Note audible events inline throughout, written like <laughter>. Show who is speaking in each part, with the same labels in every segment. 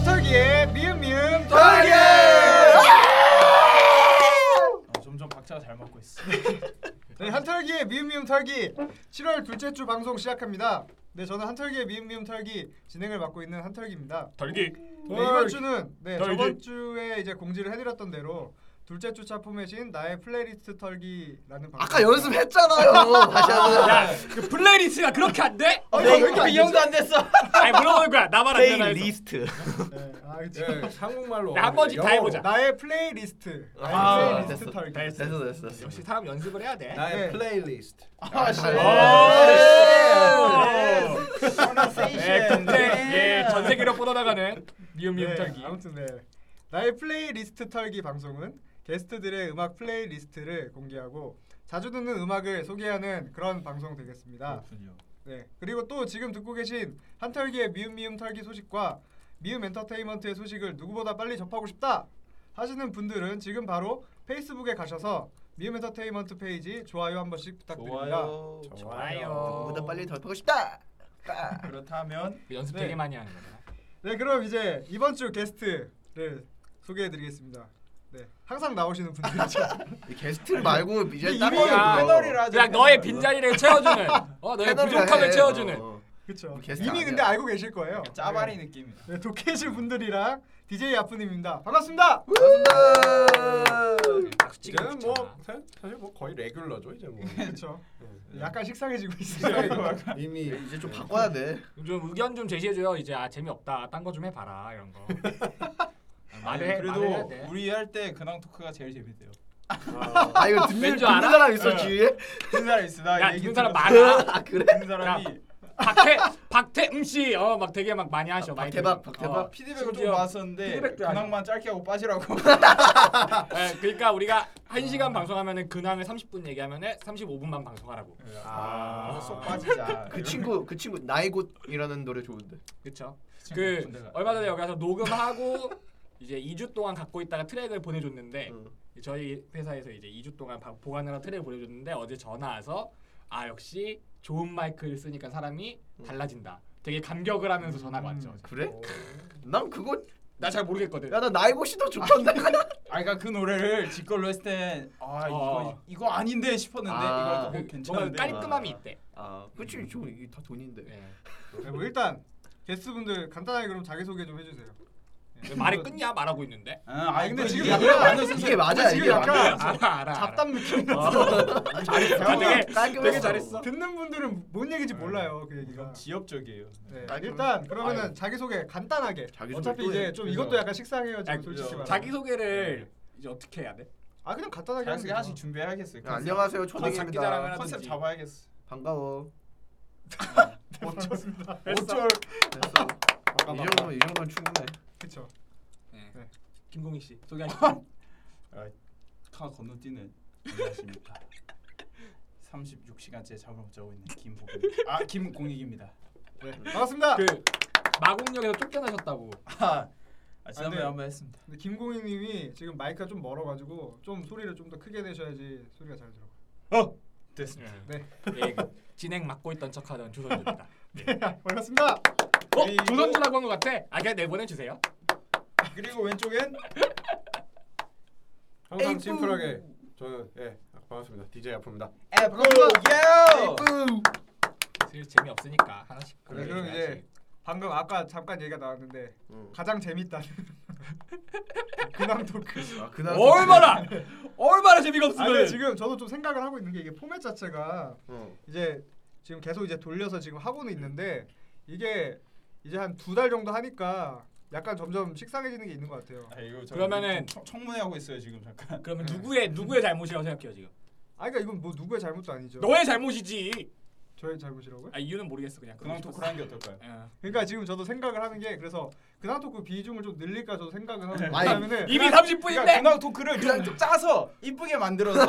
Speaker 1: 어, 네, 한털기의 미음미음 털기 7월 둘째 주 방송 시작합니다. 네, 저는 한털기의 미음미음 털기 진행을 맡고 있는 한털기입니다.
Speaker 2: <laughs> 덜기
Speaker 1: 네, 이번 주는 네,
Speaker 2: 털기.
Speaker 1: 저번 주에 이제 공지를 해드렸던 대로 둘째 주 작품의 신 나의 플레이리스트 털기라는 방송
Speaker 3: 아까 연습했잖아요. 다시 하자.
Speaker 2: 그 플레이리스트가 그렇게 안 돼?
Speaker 1: 아, 왜 이렇게 안 되지?
Speaker 3: 안 됐어.
Speaker 2: 아니 물어보는 거야 나만 안 되나 해서
Speaker 3: 플레이리스트.
Speaker 1: 네, 아, 그치.
Speaker 4: 예, 한국말로
Speaker 2: 야, 한 번씩 다
Speaker 4: 영어로.
Speaker 2: 해보자.
Speaker 1: 나의 플레이리스트 나의
Speaker 3: 아,
Speaker 1: 플레이리스트
Speaker 3: 됐어.
Speaker 1: 털기
Speaker 2: 됐어.
Speaker 3: 됐어 됐어 됐어.
Speaker 2: 역시 사람 연습을 해야 돼
Speaker 4: 나의
Speaker 1: 네.
Speaker 4: 플레이리스트
Speaker 3: 아씨.
Speaker 2: 오! 네, 국제
Speaker 3: 네.
Speaker 2: 예, 전 세계로 뻗어나가는 미음미음
Speaker 1: 네,
Speaker 2: 털기
Speaker 1: 아무튼 네. 나의 플레이리스트 털기 방송은 게스트들의 음악 플레이리스트를 공개하고 자주 듣는 음악을 소개하는 그런 방송 되겠습니다. 네. 그리고 또 지금 듣고 계신 한털기의 미음 미음 털기 소식과 미음 엔터테인먼트의 소식을 누구보다 빨리 접하고 싶다 하시는 분들은 지금 바로 페이스북에 가셔서 미음 엔터테인먼트 페이지 좋아요 한 번씩 부탁드립니다.
Speaker 3: 좋아요.
Speaker 2: 좋아요
Speaker 3: 누구보다 빨리 덮고 싶다. 아.
Speaker 4: 그렇다면
Speaker 2: 연습
Speaker 1: 네.
Speaker 2: 되게 많이 하는 거잖아
Speaker 1: 네, 그럼 이제 이번 주 게스트를 소개해드리겠습니다. 네, 항상 나오시는
Speaker 3: <laughs>
Speaker 1: 분들이죠.
Speaker 3: 이 게스트를 말고 이제
Speaker 1: 이미
Speaker 3: 다른
Speaker 1: 야,
Speaker 3: 거
Speaker 4: 패널이라
Speaker 2: 그냥 너의 빈자리를 채워주는 어 너의
Speaker 3: 패널이라
Speaker 2: 부족함을
Speaker 3: 해.
Speaker 2: 채워주는
Speaker 3: 어, 어.
Speaker 1: 그렇죠.
Speaker 3: 게스트
Speaker 1: 이미
Speaker 3: 아니야.
Speaker 1: 근데 알고 계실 거예요.
Speaker 4: 짜바리 느낌이다
Speaker 1: 네, 독해실 분들이랑 DJ 아프님입니다. 반갑습니다.
Speaker 3: 반갑습니다.
Speaker 2: 박수
Speaker 4: 이제는
Speaker 2: 치기는
Speaker 4: 뭐
Speaker 2: 뭐
Speaker 4: 사- 사실 뭐 거의 레귤러죠 이제 <laughs> 뭐
Speaker 1: 그렇죠. 약간 식상해지고 있어요. 이거.
Speaker 4: 이미
Speaker 3: 이제 좀 바꿔야 돼.
Speaker 2: 좀 의견 좀 제시해줘요 이제 아 재미없다 딴 거 좀 해봐라 이런 거 아, 말을
Speaker 1: 네,
Speaker 2: 해 말을 해야
Speaker 4: 그래도
Speaker 2: 돼
Speaker 4: 우리 할 때 근황 토크가 제일 재밌대요
Speaker 3: 아 이거 듣는
Speaker 2: 왠줄
Speaker 3: 듣는
Speaker 2: 알아?
Speaker 3: 사람 있어 주위에?
Speaker 4: 듣는 사람 있어 나
Speaker 2: 야,
Speaker 4: 얘기
Speaker 2: 듣는 사람
Speaker 4: 들었어.
Speaker 2: 많아.
Speaker 3: 아 그래?
Speaker 4: 듣는 사람이
Speaker 2: 박태 박태음 씨어 막 되게 막 많이 하셔
Speaker 3: 아,
Speaker 2: 많이
Speaker 3: 박태박,
Speaker 2: 들고.
Speaker 3: 박태박.
Speaker 2: 어,
Speaker 4: 피드백을 좀
Speaker 2: 심지어
Speaker 4: 받았었는데
Speaker 2: 피드백도 안
Speaker 4: 근황만 짧게 하고 빠지라고
Speaker 2: 예, 그러니까 우리가
Speaker 3: 아.
Speaker 2: 1시간 방송하면은 근황을 30분 얘기하면은 35분만 방송하라고.
Speaker 4: <laughs> 아, 속 빠지자
Speaker 3: <laughs> 그 친구 그 친구 나이곳이라는 노래 좋은데.
Speaker 2: 그렇죠? 그 얼마 전에 여기 와서 녹음하고 <laughs> 이제 2주 동안 갖고 있다가 트랙을 보내 줬는데
Speaker 3: 응.
Speaker 2: 저희 회사에서 이제 2주 동안 바- 보관하러 트랙을 보내 줬는데 어제 전화 와서 아, 역시 좋은 마이크를 쓰니까 사람이
Speaker 3: 음.
Speaker 2: 달라진다. 되게 감격을 하면서 전화가 왔죠.
Speaker 3: 그래? 난 그거
Speaker 2: 나 잘 모르겠거든.
Speaker 3: 야나 나이곳이 더 좋던데.
Speaker 4: 아 그러니까 그 노래를 지 걸로 했을 땐아
Speaker 2: 어.
Speaker 4: 이거 이거 아닌데 싶었는데
Speaker 3: 아,
Speaker 4: 이거 뭐
Speaker 2: 그,
Speaker 4: 괜찮은데
Speaker 2: 뭔가 깔끔함이 있대.
Speaker 3: 아 그치 저다 돈인데.
Speaker 2: 예.
Speaker 1: 네, 뭐 일단 게스트분들 간단하게 그럼 자기 소개 좀 해주세요.
Speaker 2: 왜 말이 끊냐 말하고 있는데.
Speaker 4: 아,
Speaker 1: 근데
Speaker 4: 이거
Speaker 1: 지금
Speaker 4: 이게
Speaker 1: 약간
Speaker 4: 맞는
Speaker 3: 이게
Speaker 4: 순서.
Speaker 3: 맞아
Speaker 1: 지금
Speaker 3: 이게
Speaker 1: 약간
Speaker 3: 맞아.
Speaker 2: 알아 알아. 알아.
Speaker 1: 잡담 느낌.
Speaker 3: <laughs>
Speaker 2: 아, 되게 되게 잘했어.
Speaker 1: 듣는 분들은 뭔 얘기인지 몰라요. 그 얘기가.
Speaker 4: 지역적이에요.
Speaker 1: 네,
Speaker 3: 깔끔해.
Speaker 1: 일단 그러면은 자기 소개 간단하게.
Speaker 3: 자기소개
Speaker 1: 어차피
Speaker 3: 또
Speaker 1: 이제
Speaker 3: 해.
Speaker 1: 좀
Speaker 4: 그죠.
Speaker 1: 이것도 약간 식상해요 지금
Speaker 2: 아니,
Speaker 1: 솔직히
Speaker 4: 그죠.
Speaker 1: 말하면.
Speaker 2: 자기 소개를 이제 어떻게 해야 돼?
Speaker 1: 아 그냥 간단하게
Speaker 4: 자연스럽게 네,
Speaker 1: 하면
Speaker 4: 하나씩
Speaker 1: 돼요.
Speaker 4: 준비해야겠어요.
Speaker 3: 야, 안녕하세요
Speaker 2: 자기 자랑을
Speaker 3: 초딩입니다.
Speaker 2: 하는-
Speaker 4: 컨셉
Speaker 2: 하든지.
Speaker 4: 잡아야겠어.
Speaker 3: 반가워.
Speaker 4: 어쩔
Speaker 3: 됐어. 이 정도면 이 정도면 충분해.
Speaker 1: 그쵸.
Speaker 2: 네.
Speaker 1: 네.
Speaker 2: 김공희 씨 소개하시죠. <laughs>
Speaker 4: 카 건너뛰는 안녕하십니까. <laughs> 36시간째 잠을 못 자고 있는 김복인. 아 김공익입니다.
Speaker 1: 네. 반갑습니다.
Speaker 2: 그 마곡역에서 쫓겨나셨다고.
Speaker 4: 아, 아
Speaker 1: 안
Speaker 4: 지난번에
Speaker 1: 돼.
Speaker 4: 한번 했습니다.
Speaker 1: 근데 김공희님이 지금 마이크가 좀 멀어가지고 좀 소리를 좀 더 크게 내셔야지 소리가 잘 들어가요.
Speaker 4: 어 됐습니다.
Speaker 1: 네.
Speaker 2: 예, 그 진행 맡고 있던 척하던 조선주입니다. 네. <laughs>
Speaker 1: 반갑습니다.
Speaker 2: 어?
Speaker 4: 그리고-
Speaker 2: 조선주라고 한 것 같아. 아 그냥 내보내 주세요.
Speaker 4: 그리고 왼쪽엔
Speaker 5: 항상
Speaker 4: 에이뿌.
Speaker 5: 심플하게 저는 예 반갑습니다 DJ 아프입니다.
Speaker 4: 애플
Speaker 2: 슬 재미 없으니까 하나씩. 네.
Speaker 1: 그래,
Speaker 3: 네,
Speaker 1: 그럼 이제 방금 아까 잠깐 얘기가 나왔는데
Speaker 3: 응.
Speaker 1: 가장 재밌다는 <laughs> 근황 토크.
Speaker 3: 아, 그날
Speaker 2: 얼마나 <laughs> 얼마나 재미가
Speaker 1: 아 근데
Speaker 2: 없으면
Speaker 1: 지금 저도 좀 생각을 하고 있는 게 이게 포맷 자체가
Speaker 3: 어.
Speaker 1: 이제 지금 계속 이제 돌려서 지금 하고는 있는데 이게 이제 한 두 달 정도 하니까 약간 점점 식상해지는 게 있는 것 같아요.
Speaker 4: 아, 이거 저
Speaker 2: 그러면은-
Speaker 4: 청- 청문회 하고 있어요 지금 잠깐.
Speaker 2: 그러면 누구의 누구의 잘못이라고 생각해요 지금?
Speaker 1: 아 그러니까 이건 뭐 누구의 잘못도 아니죠.
Speaker 2: 너의 잘못이지.
Speaker 1: 저의 잘못이라고요?
Speaker 2: 아 이유는 모르겠어 그냥. 예.
Speaker 4: 근황
Speaker 2: 그러고
Speaker 4: 토크라는 게 어떨까요?
Speaker 2: 싶었어.
Speaker 1: 그러니까 지금 저도 생각을 하는 게 그래서 근황 토크 비중을 좀 늘릴까 저도 생각을 하는
Speaker 3: 아니,
Speaker 2: 예.
Speaker 1: 왜냐면은
Speaker 2: 이미
Speaker 4: 그러니까
Speaker 2: 30분인데.
Speaker 4: 근황 토크를 좀 짜서 이쁘게 만들어서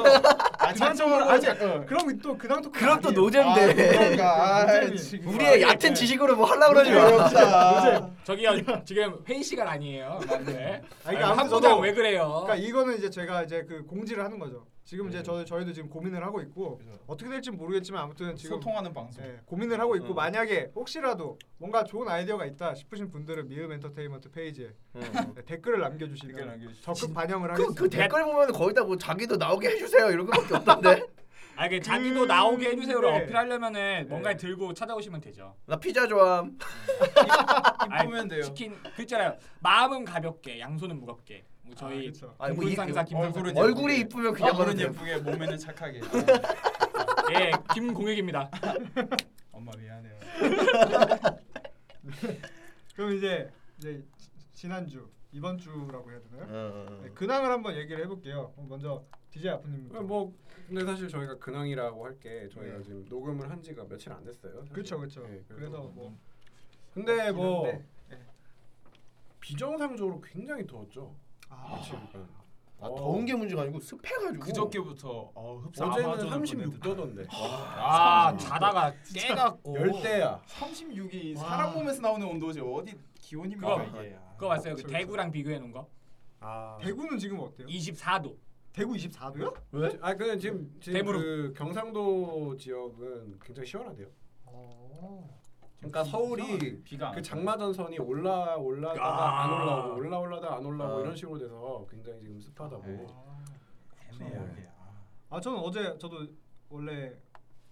Speaker 4: 아,
Speaker 1: 근황적으로
Speaker 4: 자체적으로
Speaker 1: 뭐,
Speaker 4: 어.
Speaker 1: 아니 그럼 또 근황 토크
Speaker 3: 그럼 또
Speaker 4: 아,
Speaker 3: 노잼인데.
Speaker 4: 그런가.
Speaker 1: 노잼이.
Speaker 4: 아, 지금.
Speaker 3: 우리의 얕은 지식으로 뭐 하려고 그러지 마.
Speaker 4: 진짜.
Speaker 2: 저기요 지금 회의 시간 아니에요. 맞네.
Speaker 1: 아, 그러니까
Speaker 2: 한
Speaker 1: 아무튼
Speaker 2: 부장
Speaker 1: 저도
Speaker 2: 왜 그래요?
Speaker 1: 그러니까 이거는 이제 제가 이제 그 공지를 하는 거죠. 지금 이제 저 저희도 지금 고민을 하고 있고
Speaker 4: 그죠.
Speaker 1: 어떻게 될지 모르겠지만 아무튼 지금
Speaker 4: 소통하는 방송.
Speaker 1: 예, 고민을 하고 있고
Speaker 3: 음.
Speaker 1: 만약에 혹시라도 뭔가 좋은 아이디어가 있다 싶으신 분들은 미음 엔터테인먼트 페이지에 네, 댓글을 남겨주시면
Speaker 4: 댓글 남겨주시면
Speaker 1: 적극 반영을
Speaker 3: 그,
Speaker 1: 하겠습니다.
Speaker 3: 그 댓글 보면 거의 다 뭐 자기도 나오게 해주세요 이런 거밖에 없던데.
Speaker 2: 아 이게 자기도 나오게 해주세요를
Speaker 1: 네.
Speaker 2: 어필하려면은 뭔가 들고 찾아오시면 되죠.
Speaker 3: 나 피자 좋아함.
Speaker 4: 입으면 돼요.
Speaker 2: 치킨 그 있잖아요. 마음은 가볍게, 양손은 무겁게. 뭐
Speaker 1: 아,
Speaker 2: 저희
Speaker 1: 그쵸.
Speaker 3: 아니, 뭐
Speaker 2: 김
Speaker 3: 이-
Speaker 2: 상사 김 상사
Speaker 4: 얼굴은
Speaker 3: 얼굴이 이쁘면 아, 그냥
Speaker 4: 얼굴은
Speaker 3: 받으면 돼요.
Speaker 4: 예쁘게
Speaker 3: <laughs>
Speaker 4: 몸에는 착하게. 어,
Speaker 2: 예 김공혁입니다.
Speaker 4: 엄마 미안해요.
Speaker 1: 그럼 이제 이제 지- 지난주 이번 주라고 해야 되나요?
Speaker 3: 어.
Speaker 1: 네, 근황을 한번 얘기를 해볼게요. 그럼 먼저 DJ 아프님부터.
Speaker 5: 뭐 근데 사실 저희가 근황이라고 할 게 저희가
Speaker 1: 네.
Speaker 5: 지금 녹음을 한 지가 며칠 안 됐어요. 사실.
Speaker 1: 그렇죠, 그렇죠.
Speaker 5: 네,
Speaker 1: 그래서 뭐
Speaker 4: 어,
Speaker 5: 근데 뭐
Speaker 1: 없긴
Speaker 4: 네.
Speaker 5: 비정상적으로 굉장히 더웠죠.
Speaker 1: 아,
Speaker 5: 그러니까.
Speaker 3: 아, 더운 게 문제가 아니고 습해가지고.
Speaker 4: 그저께부터 어, 흡사
Speaker 5: 어제는
Speaker 4: 아마존을
Speaker 5: 36도던데.
Speaker 2: 아 자다가 깨갖고
Speaker 5: 열대야.
Speaker 4: 36이
Speaker 2: 와.
Speaker 4: 사람 몸에서 나오는 온도지 어디 기온입니까
Speaker 2: 그거-
Speaker 3: 예,
Speaker 4: 이게. 아.
Speaker 2: 그거 봤어요. 그
Speaker 1: 그쵸, 그쵸.
Speaker 2: 대구랑 비교해 놓은 거.
Speaker 5: 아.
Speaker 1: 대구는 지금 어때요?
Speaker 2: 24도.
Speaker 1: 대구 24도요?
Speaker 5: 왜? 아 근데 지금 지금
Speaker 2: 대부름.
Speaker 5: 그 경상도 지역은 굉장히 시원하대요.
Speaker 1: 어.
Speaker 5: 그러니까 서울이
Speaker 4: 비가 안
Speaker 5: 그
Speaker 4: 와요.
Speaker 5: 장마전선이 올라 올라다가
Speaker 2: 아.
Speaker 5: 안 올라오고 올라 올라다 안 올라오고
Speaker 3: 아.
Speaker 5: 이런 식으로 돼서 굉장히 지금
Speaker 1: 네.
Speaker 5: 습하다고.
Speaker 4: 네. 애매하게. 아.
Speaker 1: 아 저는 어제 저도 원래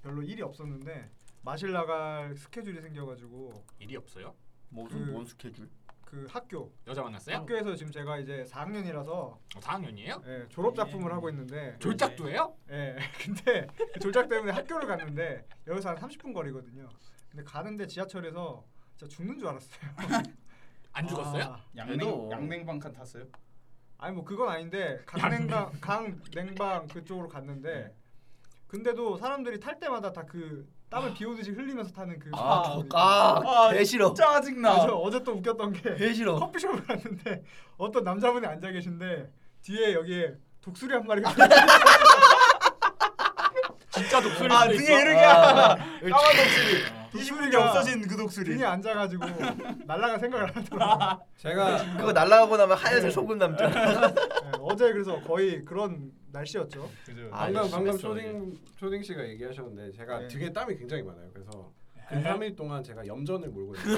Speaker 1: 별로 일이 없었는데 마실 나갈 스케줄이 생겨가지고
Speaker 2: 일이 없어요?
Speaker 1: 그-
Speaker 3: 무슨 뭐 뭔 스케줄?
Speaker 1: 그 학교
Speaker 2: 여자 만났어요?
Speaker 1: 학교에서 지금 제가 이제 4학년이라서
Speaker 2: 어, 4학년이에요?
Speaker 1: 예, 졸업 작품을
Speaker 4: 예.
Speaker 1: 하고 있는데
Speaker 2: 졸작도 해요?
Speaker 1: 예 <laughs> 근데 그 졸작 때문에 학교를 갔는데 여기서 한 30분 거리거든요. 근데 가는데 지하철에서 진짜 죽는 줄 알았어요.
Speaker 2: 안 죽었어요?
Speaker 1: 아,
Speaker 4: 양냉
Speaker 3: 그래도-
Speaker 4: 양냉방 칸 탔어요?
Speaker 1: 아니 뭐 그건 아닌데 강냉방 강냉방 그쪽으로 갔는데 근데도 사람들이 탈 때마다 다 그 땀을 비 오듯이 흘리면서 타는 그
Speaker 3: 아,
Speaker 1: 방법이-
Speaker 3: 아, 아,
Speaker 4: 아,
Speaker 3: 개 싫어.
Speaker 4: 짜증나.
Speaker 1: 아, 저 어제 또 웃겼던 게
Speaker 3: 개 싫어.
Speaker 1: 커피숍을 갔는데 어떤 남자분이 앉아 계신데 뒤에 여기에 독수리 한 마리가
Speaker 2: 진짜 독수리
Speaker 4: 아,
Speaker 2: 수도
Speaker 4: 등에
Speaker 2: 있어?
Speaker 4: 이렇게
Speaker 3: 아,
Speaker 4: 까만 독수리.
Speaker 1: 독수리가
Speaker 4: 그 독수리.
Speaker 1: 등에 앉아가지고 날라갈 생각을 안 하더라고요.
Speaker 5: 제가
Speaker 3: 그거 날라가고 나면 하얀색 소금 남자.
Speaker 1: 네, 어제 그래서 거의 그런 날씨였죠.
Speaker 4: 그죠.
Speaker 3: 아,
Speaker 5: 방금 방금
Speaker 3: 심했어,
Speaker 5: 초딩 초딩 씨가 얘기하셨는데 제가
Speaker 1: 네.
Speaker 5: 등에 땀이 굉장히 많아요. 그래서
Speaker 2: 네.
Speaker 4: 네.
Speaker 5: 그 3일 동안 제가 염전을 몰고 있어요.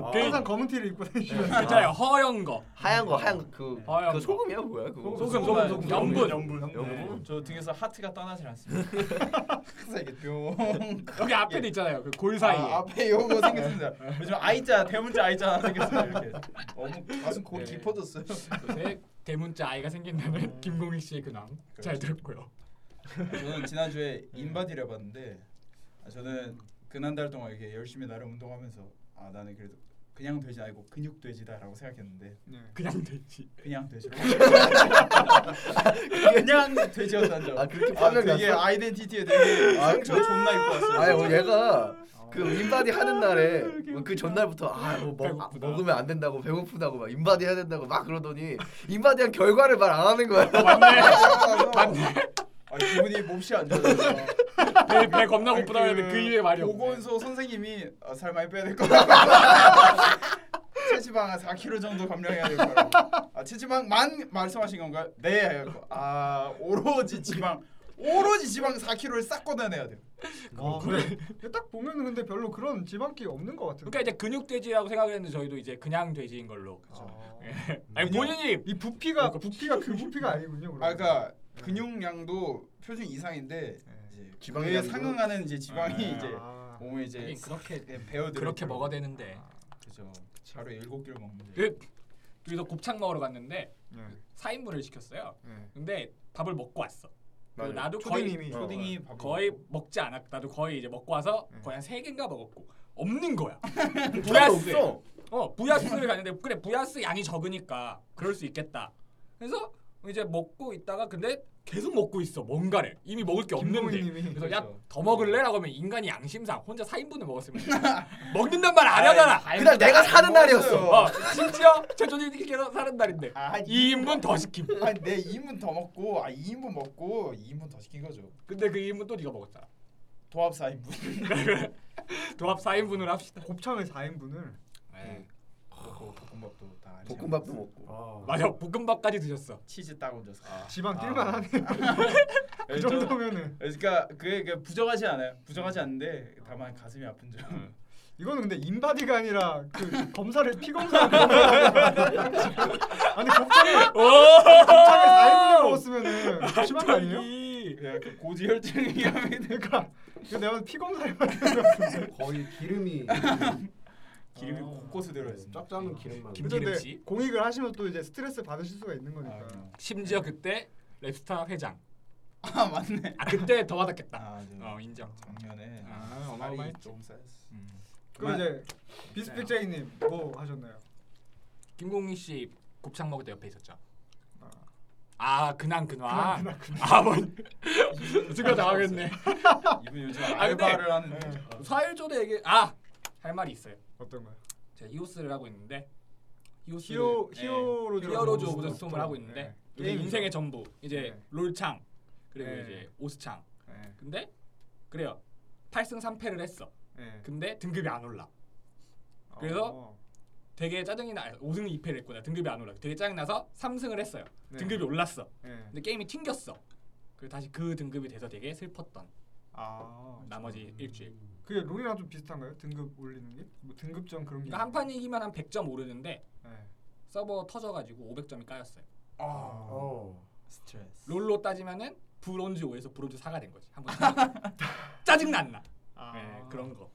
Speaker 5: 아,
Speaker 1: 항상 검은 티를 입고 다니시면서
Speaker 2: 괜찮아요. 허연 거.
Speaker 3: 하얀 거, 하얀 거. 그,
Speaker 2: 하얀 거.
Speaker 3: 그 소금이야 뭐야 그거?
Speaker 2: 소금, 소금, 소금. 염분.
Speaker 4: 염분.
Speaker 3: 염분.
Speaker 4: 네. 저 등에서 하트가 떠나질
Speaker 3: <laughs>
Speaker 4: 않습니다. 항상 이게 뿅.
Speaker 2: 여기 앞에도 있잖아요. 그 골 사이에. 네.
Speaker 4: 아, 앞에 요거 생겼습니다.
Speaker 2: <laughs>
Speaker 4: 요즘 아이자 대문자 아이자 하나 생겼어요. 뭐 이렇게. 너무 가슴 골이
Speaker 2: 네.
Speaker 4: 깊어졌어요.
Speaker 2: 요새 대문자 아이가 생긴다는 김공익 씨의 근황 잘 들었고요.
Speaker 4: 저는
Speaker 2: 음.
Speaker 4: 지난주에 인바디를 해봤는데 아, 저는 그난달 동안 이렇게 열심히 나름 운동하면서 아 나는 그래도 그냥 돼지 아니고 근육 돼지다라고 생각했는데
Speaker 1: 네.
Speaker 2: 그냥 되지.
Speaker 4: 그냥 <laughs> 돼지라고 그냥 돼지였다는 점.
Speaker 3: 아 그렇게
Speaker 4: 아,
Speaker 3: 파면
Speaker 4: 되게
Speaker 3: 났어?
Speaker 4: 아이덴티티에 되게
Speaker 3: 아,
Speaker 4: 상처 존나 입고 왔어요.
Speaker 3: 아니 뭐 얘가
Speaker 1: 어.
Speaker 3: 그 인바디 하는 날에 그 전날부터 아뭐
Speaker 2: 배고프다.
Speaker 3: 먹으면 안 된다고 배고프다고 막 인바디 해야 된다고 막 그러더니 인바디한 결과를 말 안 하는 거야.
Speaker 4: 맞네. 아 기분이 몹시 안 좋아요.
Speaker 2: 배, 배 겁나 고프다 했는데 그 이후에 말이 없네.
Speaker 4: 보건소 선생님이 아, 살 많이 빼야 될 거라고. <laughs> 체지방 한 4kg 정도 감량해야 될 거라고. 아 체지방만 말씀하신 건가요? 네. 해갖고, 아 오로지 지방 오로지 지방 4kg를 싹 걷어내야 돼요.
Speaker 1: 아, 그래. 딱 보면은 근데 별로 그런 지방기 없는 것 같은데.
Speaker 2: 그러니까 이제 근육 돼지라고 생각을 했는데 저희도 이제 그냥 돼지인 걸로.
Speaker 1: 아.
Speaker 2: 아니 본인이
Speaker 1: 이 부피가 부피가 그 부피가 아니군요. 그러면.
Speaker 4: 아 그러니까
Speaker 3: 네.
Speaker 4: 근육량도 표준 이상인데 이제
Speaker 3: 지방이
Speaker 4: 그에
Speaker 3: 아니고?
Speaker 4: 상응하는 이제 지방이
Speaker 2: 네.
Speaker 4: 이제
Speaker 1: 아.
Speaker 4: 몸에 이제
Speaker 2: 하긴 그렇게
Speaker 4: 배어
Speaker 2: 그렇게 먹어야 되는데.
Speaker 4: 그죠. 하루에 7끼를 먹는데.
Speaker 2: 그 여기서 곱창 먹으러 갔는데
Speaker 1: 네.
Speaker 2: 4인분을 시켰어요.
Speaker 1: 네.
Speaker 2: 근데 밥을 먹고 왔어. 그
Speaker 3: 맞아요.
Speaker 2: 나도 거의
Speaker 1: 어, 초딩님이
Speaker 4: 초딩이 밥
Speaker 2: 거의 먹지 않았. 나도 거의 이제 먹고 와서
Speaker 1: 네.
Speaker 2: 거의 한세 개인가 먹었고 없는 거야.
Speaker 3: 하나도
Speaker 2: 부야스.
Speaker 3: 없어.
Speaker 2: 어 부야스를 갔는데 그래 부야스 양이 적으니까 그럴 수 있겠다. 그래서 이제 먹고 있다가 근데 계속 먹고 있어 뭔가를 이미 먹을 게 없는데
Speaker 1: 김동희님이
Speaker 2: 그래서 야
Speaker 4: 그렇죠.
Speaker 2: 더 먹을래라고 하면 인간이 양심상 혼자 4인분을 먹었으면 먹는단 말 안 하잖아.
Speaker 3: 그날 내가 사는 날이었어.
Speaker 2: 어 심지어 최초님께서 사는 날인데
Speaker 4: 아, 이
Speaker 2: 2인분 더 시킴.
Speaker 4: <laughs> 아니 내 2인분 더 먹고 아 2인분 먹고 2인분 더 시킨 거죠.
Speaker 2: 근데 그 2인분 또 네가 먹었잖아. <laughs>
Speaker 4: 도합 <laughs> 4인분.
Speaker 2: 도합 4인분을 합시다.
Speaker 1: 곱창의 4인분을
Speaker 2: 네.
Speaker 4: 그리고 볶음밥도 다 안
Speaker 3: 볶음밥도
Speaker 4: 시켰어요.
Speaker 3: 먹고.
Speaker 5: 아.
Speaker 2: 맞아 볶음밥까지 드셨어.
Speaker 4: 치즈 딱 얹어서.
Speaker 1: 지방
Speaker 4: 아.
Speaker 1: 뛸만 하네요. 그
Speaker 4: 저-
Speaker 1: 정도면은
Speaker 4: 그러니까 그게 그게 부정하지 않아요. 부정하지 않는데 다만 가슴이 아픈 점.
Speaker 1: 이거는 근데 인바디가 아니라 그 검사를 피 검사를 아.
Speaker 2: <laughs>
Speaker 1: 아니 곱창을 곱창을 4인분을 먹었으면은 심한 거 아니에요?
Speaker 2: 갑자기. 거지.
Speaker 4: 야, <laughs> 그 <laughs> 고지혈증이
Speaker 1: 그러니까 이거 내가 봤을 때 피검사 해봐야 되는데
Speaker 5: 거의
Speaker 3: <laughs>
Speaker 5: 기름이
Speaker 4: 기름이
Speaker 2: 아.
Speaker 4: 곳곳에 들어있습니다.
Speaker 5: 짭짤한 기름만.
Speaker 2: 김- 김기름 씨.
Speaker 1: 공익을 하시면 또 이제 스트레스 받으실 수가 있는 거니까
Speaker 4: 아,
Speaker 2: 심지어 그때 랩스타 회장.
Speaker 4: 아 맞네.
Speaker 2: 아 그때 더 받았겠다.
Speaker 4: 아, 네.
Speaker 2: 어 인정.
Speaker 4: 작년에
Speaker 2: 아,
Speaker 4: 살이
Speaker 2: 어마어마했지.
Speaker 4: 좀 쌓였어.
Speaker 2: 음.
Speaker 1: 그럼 이제 비스픽제이님 뭐 하셨나요?
Speaker 2: 김공희 씨 곱창 먹을 때 옆에 있었죠.
Speaker 1: 아.
Speaker 2: 아 근황 근황. 아 뭐. <laughs> 순간 당황했네.
Speaker 4: <laughs> 이분 요즘
Speaker 2: 아, 근데-
Speaker 4: 알바를 하는데 네.
Speaker 2: 사일 전에 얘기. 아할 말이 있어요.
Speaker 1: 어떤 거요?
Speaker 2: 제가 이오스를 하고 있는데 이오스
Speaker 1: 히어
Speaker 4: 네.
Speaker 1: 히어로즈
Speaker 2: 히어로즈 오브 더 스톰을 하고 있는데 이게
Speaker 1: 네. 게임
Speaker 2: 인생의 전부 이제
Speaker 1: 네.
Speaker 2: 롤창 그리고
Speaker 1: 네.
Speaker 2: 이제 오스창.
Speaker 1: 네.
Speaker 2: 근데 그래요. 8승 3패를 했어.
Speaker 1: 네.
Speaker 2: 근데 등급이 안 올라. 그래서
Speaker 1: 어,
Speaker 2: 되게 짜증이 나. 5승 2패를 했구나. 등급이 안 올라. 되게 짜증 나서 3승을 했어요.
Speaker 1: 네.
Speaker 2: 등급이 올랐어.
Speaker 1: 네.
Speaker 2: 근데 게임이 튕겼어. 그리고 다시 그 등급이 돼서 되게 슬펐던
Speaker 1: 아
Speaker 2: 나머지 일주일.
Speaker 1: 그게 롤이랑 좀 비슷한가요? 등급 올리는 게? 뭐 등급전 그런 게?
Speaker 2: 그러니까 한 판 이기면 한 100점 오르는데
Speaker 1: 네.
Speaker 2: 서버 터져가지고 500점이 까였어요.
Speaker 1: 아,
Speaker 5: 어.
Speaker 4: 스트레스.
Speaker 2: 롤로 따지면은 브론즈 5에서 브론즈 4가 된 거지. 한번
Speaker 1: <laughs>
Speaker 2: 짜증 났나?
Speaker 1: 아.
Speaker 2: 네, 그런 거.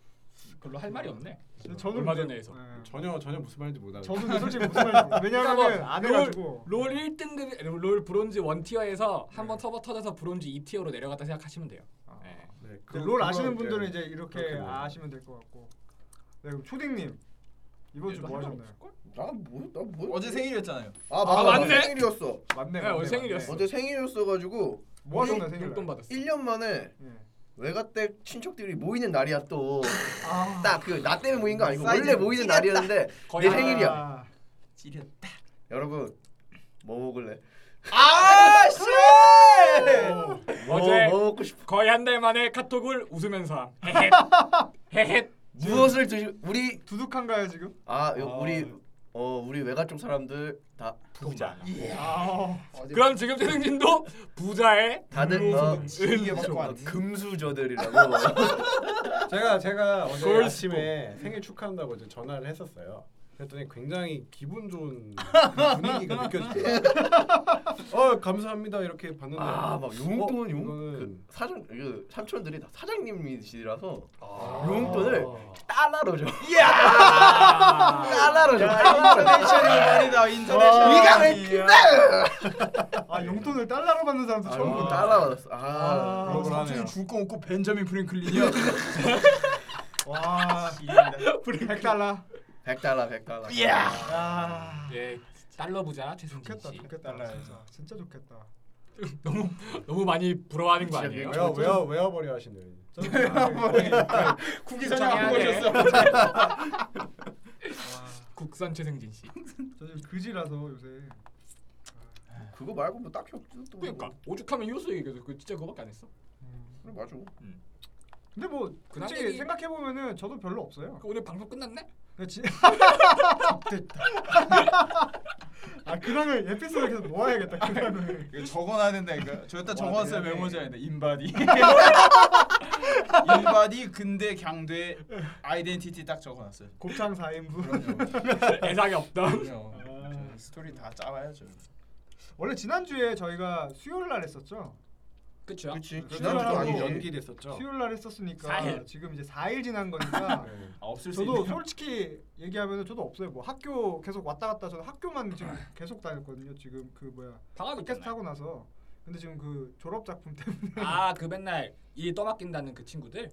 Speaker 2: 별로 할 말이 없네.
Speaker 1: 저는
Speaker 2: 얼마
Speaker 1: 근데-
Speaker 2: 전에 해서.
Speaker 1: 네.
Speaker 5: 전혀 전혀 무슨 말인지 그러니까 못 알아.
Speaker 1: 저도 근데 솔직히 무슨 말인지 왜냐하면
Speaker 2: 뭐
Speaker 1: 그러니까 안
Speaker 2: 롤-
Speaker 1: 해가지고
Speaker 2: 롤 네. 1등급, 롤 브론즈 1티어에서 한번 서버 터져서 브론즈 2티어로 내려갔다 생각하시면 돼요.
Speaker 1: 네. 아.
Speaker 2: 네.
Speaker 5: 네,
Speaker 1: 근데
Speaker 5: 그거-
Speaker 1: 롤
Speaker 5: 그거
Speaker 1: 아시는
Speaker 5: 이제
Speaker 1: 분들은 이제 이렇게
Speaker 5: 그렇게 뭐-
Speaker 1: 아시면 될 것 같고 네 그럼 초딩님 이번 주 뭐 하셨나요?
Speaker 3: 나뭐나 뭐?
Speaker 4: 어제 생일이었잖아요.
Speaker 3: 아
Speaker 2: 아,
Speaker 3: 맞다.
Speaker 2: 맞네.
Speaker 3: 어제 생일이었어.
Speaker 1: 맞네 맞네,
Speaker 2: 네, 오늘
Speaker 1: 맞네.
Speaker 2: 생일이었어.
Speaker 3: 어제 생일이었어가지고
Speaker 1: 뭐 하셨나요
Speaker 2: 용-
Speaker 1: 생일날?
Speaker 2: 용돈 받았어.
Speaker 3: 1년 만에
Speaker 1: 예.
Speaker 3: 외가 댁 친척들이 모이는 날이야 또.
Speaker 1: 아,
Speaker 3: 딱 그 나 때문에 모인 거 아니고
Speaker 4: 사이즈
Speaker 3: 원래 모이는 날이었는데
Speaker 2: 거의
Speaker 3: 내
Speaker 2: 한-
Speaker 3: 생일이야.
Speaker 1: 아,
Speaker 4: 찌렸다.
Speaker 3: 여러분 뭐 먹을래?
Speaker 4: 아 씨. 네.
Speaker 3: 뭐,
Speaker 2: 어제-
Speaker 3: 뭐 먹고 싶어?
Speaker 2: 거의 한 달 만에 카톡을 웃으면서
Speaker 1: <laughs>
Speaker 2: 헤헤
Speaker 3: 무엇을 드시? 우리
Speaker 1: 두둑한가요 지금?
Speaker 3: 아 요-
Speaker 4: 아.
Speaker 3: 우리 어 우리 외가 쪽 사람들 다
Speaker 2: 부자.
Speaker 1: 아,
Speaker 4: 어제
Speaker 2: 그럼 지금 최승진도 부자의
Speaker 3: 다들 어,
Speaker 4: 지게
Speaker 2: 음,
Speaker 4: 먹고
Speaker 2: 좀-
Speaker 4: 왔지.
Speaker 3: 금수저들이라고.
Speaker 5: 제가 제가 어제
Speaker 2: 골프.
Speaker 5: 아침에 생일 축하한다고 이제 전화를 했었어요. 그랬더니 굉장히
Speaker 4: <laughs>
Speaker 5: 기분 좋은 그 분위기가 느껴지더라고요. 어 감사합니다 이렇게 봤는데
Speaker 3: <laughs>
Speaker 4: 뭐,
Speaker 3: 아막 용돈
Speaker 5: 어,
Speaker 3: 용
Speaker 5: 이거는-
Speaker 3: 그 사장 그 삼촌들이 다 사장님이시라서
Speaker 2: 아.
Speaker 3: 용돈을 달러로 줘.
Speaker 4: 예,
Speaker 2: 아.
Speaker 3: <laughs> 달러로 줘.
Speaker 4: 인터내셔널 말이다. 인터내셔널.
Speaker 3: 네가 왜
Speaker 4: 말이야.
Speaker 1: 아 용돈을 달러로 받는
Speaker 5: 아,
Speaker 1: 사람도 처음
Speaker 3: 전부
Speaker 1: 본다.
Speaker 3: 달러 받았어.
Speaker 1: 아,
Speaker 3: 아,
Speaker 1: 그런 걸
Speaker 4: 삼촌이
Speaker 5: 하네요.
Speaker 4: 줄거 없고 벤자민
Speaker 5: <laughs>
Speaker 4: 프랭클린이야.
Speaker 1: 와, 백 달러.
Speaker 3: 100달러 100달러.
Speaker 1: 야,
Speaker 2: 예 달러 부자 최승진
Speaker 1: 아. 좋겠다,
Speaker 2: 씨
Speaker 1: 좋겠다, 진짜, 진짜 좋겠다.
Speaker 2: 너무 너무 많이 부러워하는 거
Speaker 3: 진짜
Speaker 2: 아니에요?
Speaker 5: 외워 외워 외워버려 하시네요.
Speaker 1: 그
Speaker 5: <laughs> 아,
Speaker 4: 국기 사냥 안
Speaker 2: 정해야
Speaker 4: 보셨어.
Speaker 1: 네.
Speaker 2: 국산 최승진 씨.
Speaker 1: 저 지금 그지라서 요새.
Speaker 3: 그거 말고 뭐 딱히 없어. 또.
Speaker 2: 그러니까 오죽하면 이호수 얘기해도 그 진짜 그거밖에 안 했어.
Speaker 3: 그래 맞아.
Speaker 1: 근데 뭐
Speaker 2: 그날
Speaker 1: 솔직히
Speaker 2: 얘기-
Speaker 1: 생각해 보면은 저도 별로 없어요.
Speaker 2: 그 오늘 방송 끝났네? <laughs>
Speaker 1: 그지 아 근황을 에피소드 계속 모아야겠다. 근황을.
Speaker 4: 이거 적어놔야 된다 이거. 저기다 적어놨어요
Speaker 1: 대단해.
Speaker 4: 메모지에다 <laughs> 인바디. 인바디 근대 경대 아이덴티티 딱 적어놨어요.
Speaker 1: 곱창 4인분.
Speaker 4: 그럼요.
Speaker 2: 예상이 없던.
Speaker 4: 그럼요. 스토리 다 짜봐야죠. 아,
Speaker 1: 원래 지난주에 저희가 수요일 날 했었죠.
Speaker 2: 그쵸?
Speaker 3: 네, 그렇지.
Speaker 1: 그날하고
Speaker 3: 지난주도 아니지.
Speaker 5: 연기됐었죠.
Speaker 1: 수요일 날 했었으니까
Speaker 2: 사일.
Speaker 1: 지금 이제 4일 지난 거니까
Speaker 5: 네.
Speaker 4: 아, 없을 수
Speaker 1: 저도
Speaker 4: 있는.
Speaker 1: 솔직히 얘기하면 저도 없어요. 뭐 학교 계속 왔다 갔다 저는 학교만 지금 계속 다녔거든요. 지금 그 뭐야
Speaker 2: 방학이
Speaker 1: 팟캐스트
Speaker 2: 있잖아요.
Speaker 1: 하고 나서 근데 지금 그 졸업 작품 때문에
Speaker 2: 아그 맨날 일 떠맡긴다는 그 친구들.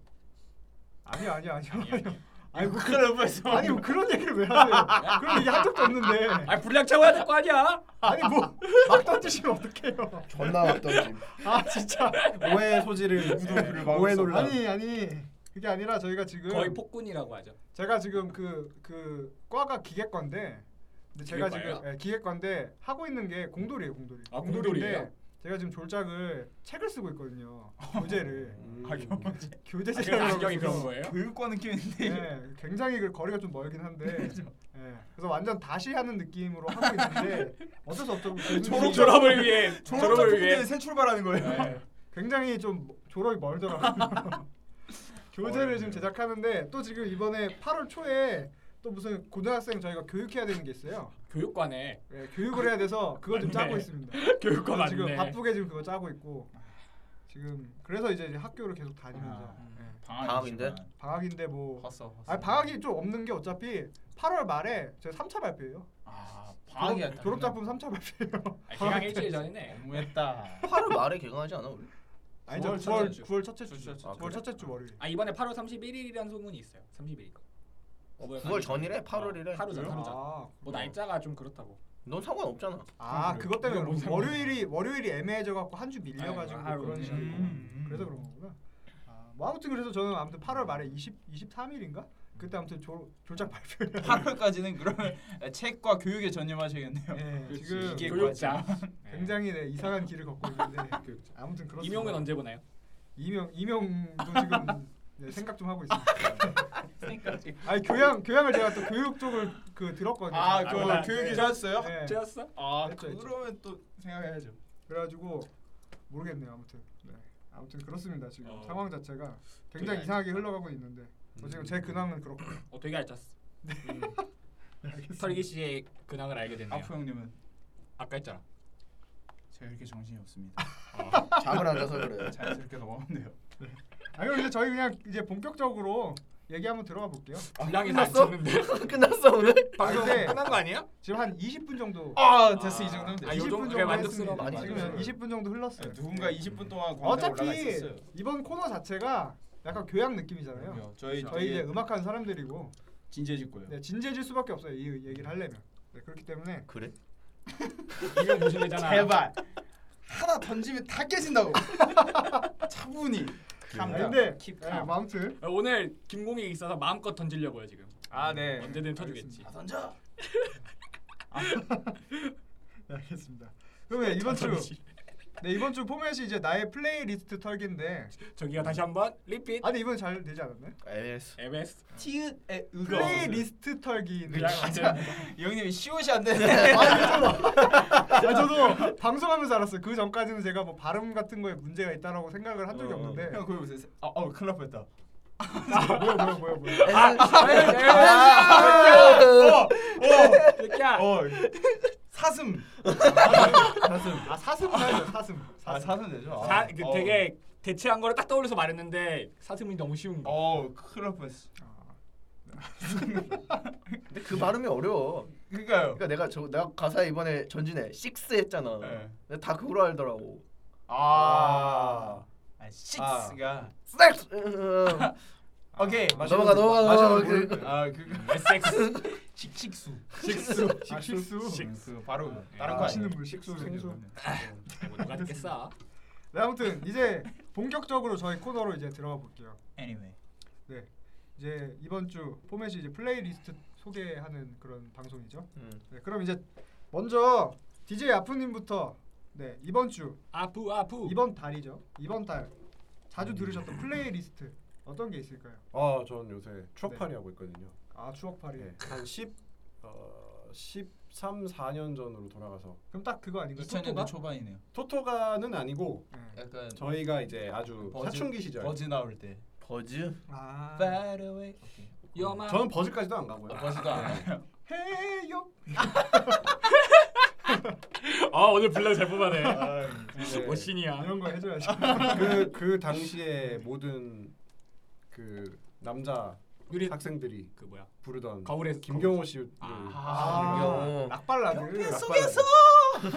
Speaker 1: 아니요 아니요 아니요 아니요. <laughs> 아니 뭐
Speaker 4: 클럽에서
Speaker 1: 아니 뭐 그런 얘기를 왜 하세요? 그런 얘기 한 적도 없는데
Speaker 2: 아 불량차고 해야 될 거 아니야?
Speaker 1: 아니 <laughs> 뭐막 던지시면 어떡해요?
Speaker 3: 존나 왔던 집.
Speaker 1: 아 진짜
Speaker 5: 오해 소지를
Speaker 4: 유도를 막을
Speaker 1: 뭐
Speaker 5: 오해
Speaker 4: 수
Speaker 5: 논란.
Speaker 1: 아니 아니 그게 아니라 저희가 지금
Speaker 2: 거의 폭군이라고 하죠.
Speaker 1: 제가 지금 그 그 과가 기계과인데 근데 제가
Speaker 2: 기계과예요?
Speaker 1: 지금 예, 기계과인데 하고 있는 게 공돌이에요 공돌이.
Speaker 2: 아,
Speaker 1: 공돌이인데
Speaker 2: 공돌이에요?
Speaker 1: 제가 지금 졸작을 책을 쓰고 있거든요. 교재를
Speaker 5: 음.
Speaker 4: 악용이지.
Speaker 1: 교재
Speaker 2: 아,
Speaker 1: 책을
Speaker 2: 그래서
Speaker 1: 하고
Speaker 2: 악역이 그런
Speaker 1: 있어서
Speaker 2: 거예요?
Speaker 4: 교육과 느낌인데
Speaker 2: <laughs>
Speaker 1: 예, 굉장히 그 거리가 좀 멀긴
Speaker 2: 네,
Speaker 1: 한데 예, 그래서 완전 다시 하는 느낌으로 하고
Speaker 2: <laughs>
Speaker 1: 있는데 어쩔 수 없죠. 그 교수님이
Speaker 4: 졸업,
Speaker 2: 졸업을 위해 졸업을 위해.
Speaker 4: 새 출발하는 거예요.
Speaker 2: 네.
Speaker 1: 굉장히 좀 졸업이
Speaker 2: <laughs>
Speaker 1: 멀더라고요. 교재를 지금
Speaker 4: 어렵네요.
Speaker 1: 제작하는데 또 지금 이번에 8월 초에 또 무슨 고등학생 저희가 교육해야 되는 게 있어요.
Speaker 2: 교육관에
Speaker 1: 예, 교육을 해야 돼서 그걸 좀
Speaker 2: 맞네.
Speaker 1: 짜고 있습니다.
Speaker 2: 교육관
Speaker 1: 지금
Speaker 2: 맞네.
Speaker 1: 바쁘게 지금 그거 짜고 있고 지금 그래서 이제 학교를 계속 다니면서
Speaker 4: 아.
Speaker 1: 네.
Speaker 4: 방학이시구나.
Speaker 3: 방학인데?
Speaker 1: 방학인데 뭐
Speaker 2: 컸어 컸어.
Speaker 1: 아니 방학이 좀 없는 게 어차피 8월 말에 제 3차 발표예요.
Speaker 4: 아 방학이야.
Speaker 1: 졸업, 졸업 작품 3차 발표예요.
Speaker 2: 아니, 개강 일주일 전이네.
Speaker 4: 너무했다.
Speaker 3: 8월 말에 개강하지 않아 우리?
Speaker 1: <laughs> 아니죠.
Speaker 4: 9월
Speaker 1: 9월
Speaker 4: 첫째
Speaker 1: 9월 첫째 주.
Speaker 4: 주. 주, 주, 주.
Speaker 3: 아,
Speaker 1: 9월 첫째 주 월요일.
Speaker 2: 아 이번에 8월 31일이라는 소문이 있어요. 31일.
Speaker 3: 9월 전이래? 8월이래?
Speaker 2: 하루 전 하루 전.
Speaker 1: 아,
Speaker 2: 뭐 날짜가 좀 그렇다고.
Speaker 3: 넌 상관없잖아
Speaker 1: <laughs> 아 그것 때문에
Speaker 2: 이거 뭔
Speaker 1: 그런 거. 월요일이 월요일이 애매해져 갖고 한 주 밀려 가지고
Speaker 2: 아이고,
Speaker 1: 그런
Speaker 2: 아이고.
Speaker 1: 식으로
Speaker 4: 음,
Speaker 1: 그래서 그런 거구나. 아, 뭐 아무튼 그래서 저는 아무튼 8월 말에 20 23일인가? 그때 아무튼 졸 졸작 발표를
Speaker 4: 8월까지는 그러면 <laughs> 책과 교육에 전념하셔야겠네요.
Speaker 1: <laughs> 네, 지금
Speaker 4: 이게
Speaker 2: 교육장.
Speaker 1: 굉장히 네, 이상한 길을 걷고 있는데 아무튼 그렇습니다.
Speaker 2: 임용은 언제 보나요?
Speaker 1: 이명 이명도 지금 네, 생각 좀 하고 있습니다. <laughs> 아니 교양 교양을 제가 또 교육 쪽을 그 들었거든요.
Speaker 4: 아, 그
Speaker 2: 아,
Speaker 4: 교육이
Speaker 1: 네.
Speaker 4: 좋았어요?
Speaker 1: 네.
Speaker 2: 쟤였어?
Speaker 4: 아, 네.
Speaker 1: 했죠, 했죠.
Speaker 4: 그러면 또 생각해야죠.
Speaker 1: 그래가지고 모르겠네요. 아무튼 네. 아무튼 그렇습니다. 지금
Speaker 2: 어.
Speaker 1: 상황 자체가 굉장히
Speaker 2: 되게
Speaker 1: 이상하게 흘러가고 있는데 뭐 지금
Speaker 2: 음.
Speaker 1: 제 근황은 그렇고요.
Speaker 2: 어 되게 알찼어. 음. 설기 씨의 근황을 알게 됐네요.
Speaker 4: 아프 형님은
Speaker 2: 아까 했잖아.
Speaker 4: 제가 이렇게 정신이 없습니다. <laughs>
Speaker 3: 잠을 안 자서 그래
Speaker 4: 자연스럽게 넘어가면 요
Speaker 1: 아니 그럼 이제 저희 그냥 이제 본격적으로 얘기 한번 들어가 볼게요.
Speaker 2: 아, 분량이
Speaker 3: 아, 끝났어?
Speaker 2: 낮췄는데
Speaker 3: <laughs> 끝났어 오늘?
Speaker 1: 방송
Speaker 2: 방송 끝난 거 아니야?
Speaker 1: 지금 한 20분 정도
Speaker 4: 아, 됐어 이 정도면
Speaker 2: 아,
Speaker 4: 됐어.
Speaker 2: 요 정도?
Speaker 1: 20분
Speaker 2: 그래,
Speaker 1: 정도
Speaker 2: 만족스러워,
Speaker 1: 했습니다. 지금 한
Speaker 2: 만족스러워.
Speaker 1: 20분 정도 흘렀어요.
Speaker 4: 아,
Speaker 1: 네.
Speaker 4: 누군가 20분 동안 광대 올라가
Speaker 1: 어차피
Speaker 4: 있었어요.
Speaker 1: 이번 코너 자체가 약간 교양 느낌이잖아요.
Speaker 4: 그럼요. 그렇죠. 저희
Speaker 1: 저희 이제
Speaker 4: 되게
Speaker 1: 음악하는 사람들이고
Speaker 4: 진지해질 거예요.
Speaker 1: 네, 진지해질 수밖에 없어요. 이 얘기를 하려면 네, 그렇기 때문에
Speaker 3: 그래?
Speaker 2: 이명 무슨 애잖아.
Speaker 4: 제발 하나 던지면 다 깨진다고. <laughs> 차분히.
Speaker 1: 아,
Speaker 4: 감당.
Speaker 1: 근데
Speaker 4: 킵
Speaker 1: 네,
Speaker 4: 감.
Speaker 1: 뭐 아무튼
Speaker 2: 어, 오늘 김공이 있어서 마음껏 던지려고요 지금. 음,
Speaker 4: 아, 네.
Speaker 2: 언제든 터주겠지.
Speaker 4: 아, 던져.
Speaker 1: 네, 알겠습니다. 그러면 이번 주 네, 이번 주 포맷이 이제 나의 플레이리스트 털기인데
Speaker 2: 저기요 다시 한번 리핏.
Speaker 1: 아니 이번 잘 되지 않았나요?
Speaker 3: 에스
Speaker 2: MS.
Speaker 4: 티읕의 의가.
Speaker 1: 플레이리스트 털기인데
Speaker 2: 그냥 언제든.
Speaker 4: 이 형님이 시옷이 안 되네.
Speaker 1: 아, 저도 방송하면서 알았어요. 그 전까지는 제가 뭐 발음 같은 거에 문제가 있다라고 생각을 한 적이
Speaker 3: 어, 어.
Speaker 1: 없는데 아,
Speaker 4: 형 그거 보세요. 아, 어, 큰일 날 뻔했다.
Speaker 1: 뭐야 뭐야 뭐야 뭐야
Speaker 2: 아! 어, 새끼야.
Speaker 4: 어. 사슴.
Speaker 1: 사슴 아 사슴 사슴 사슴
Speaker 4: 아,
Speaker 1: 사슴
Speaker 4: 사슴 되죠. 아,
Speaker 2: 사, 그
Speaker 4: 어.
Speaker 2: 되게 대체한 거를 딱 떠올려서 말했는데 사슴이 너무 쉬운 거.
Speaker 4: <laughs> 어, 큰일 날 뻔했어.
Speaker 3: 근데 그 발음이 어려워
Speaker 4: 그러니까요.
Speaker 3: 그러니까 내가 저 내가 가사에 이번에 전진해 식스 했잖아
Speaker 4: 네.
Speaker 3: 근데 다 그걸로 알더라고
Speaker 4: 아. 아, 식스가.
Speaker 3: 섹스 음,
Speaker 4: 아. 오케이.
Speaker 3: 넘어가 넘어가 넘어가 그-
Speaker 4: 아, 그거.
Speaker 2: SX
Speaker 4: 식식수.
Speaker 2: 식수.
Speaker 1: 아, 식수
Speaker 4: 식수. 그 바로 다른
Speaker 1: 아,
Speaker 4: 거
Speaker 1: 맛있는
Speaker 4: 네. 아니에요?
Speaker 1: 물 식수 생수
Speaker 2: 뭐 누가 듣겠어?
Speaker 1: 네, 아무튼 이제 본격적으로 저희 코너로 이제 들어가 볼게요.
Speaker 4: Anyway.
Speaker 1: 네. 이제 이번 주 포맷이 이제 플레이리스트 소개하는 그런 방송이죠.
Speaker 3: 음.
Speaker 1: 네, 그럼 이제 먼저 DJ 아프님부터 네 이번 주
Speaker 2: 아프 아프.
Speaker 1: 이번 달이죠. 이번 달 자주 들으셨던 플레이리스트 어떤 게 있을까요?
Speaker 5: 아, 저는 요새 추억팔이
Speaker 4: 네.
Speaker 5: 하고 있거든요.
Speaker 1: 아 추억팔이.
Speaker 5: 네, 한 10, 어, 13, 4년 전으로 돌아가서
Speaker 1: 그럼 딱 그거 아닌가요?
Speaker 4: 2000년대
Speaker 1: 토토가?
Speaker 4: 초반이네요.
Speaker 5: 토토가는 아니고
Speaker 1: 네.
Speaker 4: 약간
Speaker 5: 저희가 이제 아주
Speaker 4: 버즈-
Speaker 5: 사춘기 시절.
Speaker 4: 버즈 나올 때.
Speaker 3: 버즈
Speaker 1: 아.
Speaker 4: Far away.
Speaker 2: 여마.
Speaker 5: 저는 버즈까지도 안 가고요.
Speaker 4: 어, 버즈도 안 와요.
Speaker 1: 헤이요.
Speaker 2: 아 오늘 블랙 잘 뽑아내. 네.
Speaker 5: 이제
Speaker 2: 멋신이야.
Speaker 1: 이런 거 해줘야지.
Speaker 5: 그, 그 당시에 모든 그 남자
Speaker 2: 유리
Speaker 5: 학생들이
Speaker 2: 그 뭐야?
Speaker 5: 부르던
Speaker 2: 거울에서
Speaker 5: 김경호 씨를
Speaker 1: 아,
Speaker 3: 아.
Speaker 1: 락발라드.
Speaker 5: 속에서
Speaker 2: 거울.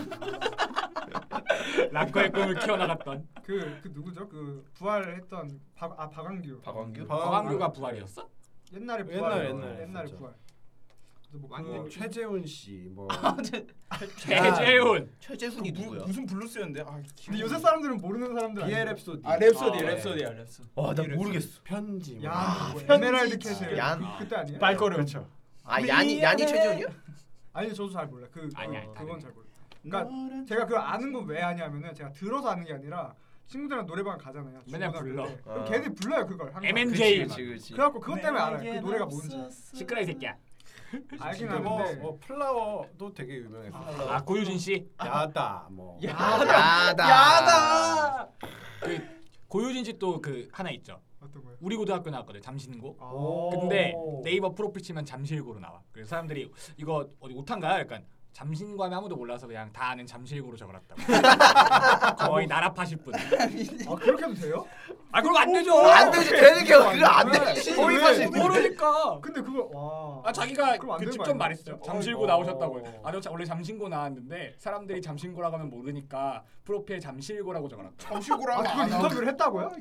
Speaker 2: 락커의 꿈을 키워나갔던
Speaker 1: 그그 누구죠? 그 부활했던 박아 박광규.
Speaker 3: 박완규
Speaker 2: 광류가 부활이었어?
Speaker 1: 어, 뭐, 옛날에
Speaker 5: 옛날,
Speaker 1: 부활.
Speaker 5: 옛날,
Speaker 1: 옛날에
Speaker 5: 진짜.
Speaker 1: 부활. 그래서 뭐
Speaker 5: 뭐
Speaker 1: 그거-
Speaker 5: 최재훈 씨뭐
Speaker 2: 최재훈.
Speaker 3: 최재훈이 누구야?
Speaker 4: 그 무슨 블루스였는데? 아,
Speaker 1: 근데 요새 사람들은 모르는 사람들
Speaker 5: 비엘
Speaker 1: 아니에요?
Speaker 5: 랩소디
Speaker 4: 아, 네. 랩소디,
Speaker 2: 아,
Speaker 4: 랩소디야, 랩소.
Speaker 3: 와 나 모르겠어
Speaker 5: 편지 뭐.
Speaker 1: 야,
Speaker 4: 뭐,
Speaker 1: 에메랄드
Speaker 4: 편지,
Speaker 1: 캐슬.
Speaker 3: 얀.
Speaker 1: 그, 그때 아니에요?
Speaker 4: 발걸음.
Speaker 5: 그렇죠
Speaker 3: 아 야니 야니 최재훈이야?
Speaker 1: 아니 저도 잘 몰라. 그
Speaker 2: 아니,
Speaker 1: 어,
Speaker 2: 아니, 다른
Speaker 1: 그건
Speaker 2: 거.
Speaker 1: 잘 몰라. 그러니까 제가 그걸 아는 건 왜 아냐면은 제가 들어서 아는 게 아니라 친구들이랑 노래방 가잖아요.
Speaker 2: 맨날
Speaker 1: 중고등학교
Speaker 2: 불러.
Speaker 1: 때.
Speaker 5: 어.
Speaker 1: 그럼
Speaker 3: 아.
Speaker 1: 걔들 불러요 그걸. 항상.
Speaker 2: MNJ.
Speaker 3: 그렇지
Speaker 1: 그래갖고 그것
Speaker 4: 네,
Speaker 1: 때문에 알아요. 그 노래가 뭔지.
Speaker 2: 시끄러 이 새끼야.
Speaker 1: 알긴
Speaker 5: 근데 뭐,
Speaker 1: 하는데.
Speaker 5: 뭐 플라워도 되게 유명했어
Speaker 2: 아 고유진 씨.
Speaker 5: 야다 뭐
Speaker 3: 아, 야다 아,
Speaker 4: 야다.
Speaker 2: 그 고유진 씨 또 그 하나 있죠.
Speaker 1: 어떤 거요?
Speaker 2: 우리 고등학교 나왔거든 잠신고.
Speaker 1: 아.
Speaker 2: 근데 네이버 프로필 치면 잠실고로 나와. 그래서 사람들이 이거 어디 오탄가 약간 잠신관에 아무도 몰라서 그냥 다 아는 잠실고로 적어놨다고. 거의 나라파실 분.
Speaker 1: 아 그렇게 해도
Speaker 2: <laughs>
Speaker 1: 돼요?
Speaker 2: 아 그럼 안 되죠.
Speaker 3: 안 되지 되는 게 그거 안
Speaker 1: 왜?
Speaker 3: 되지.
Speaker 1: 왜?
Speaker 3: 호의사실.
Speaker 2: 모르니까.
Speaker 1: 근데 그걸 와.
Speaker 2: 아 자기가
Speaker 1: 그럼 안 되는
Speaker 2: 그
Speaker 1: 거
Speaker 2: 직접
Speaker 1: 아니에요?
Speaker 2: 말했어요.
Speaker 1: 어,
Speaker 2: 잠실고
Speaker 1: 어.
Speaker 2: 나오셨다고요. 아저 자- 원래 잠신고 나왔는데 사람들이 잠신고라고 하면 모르니까 프로필 잠실고라고 적어놨다.
Speaker 4: 정식으로
Speaker 1: 아 그걸
Speaker 4: 하면
Speaker 1: 인터뷰를 했다고요?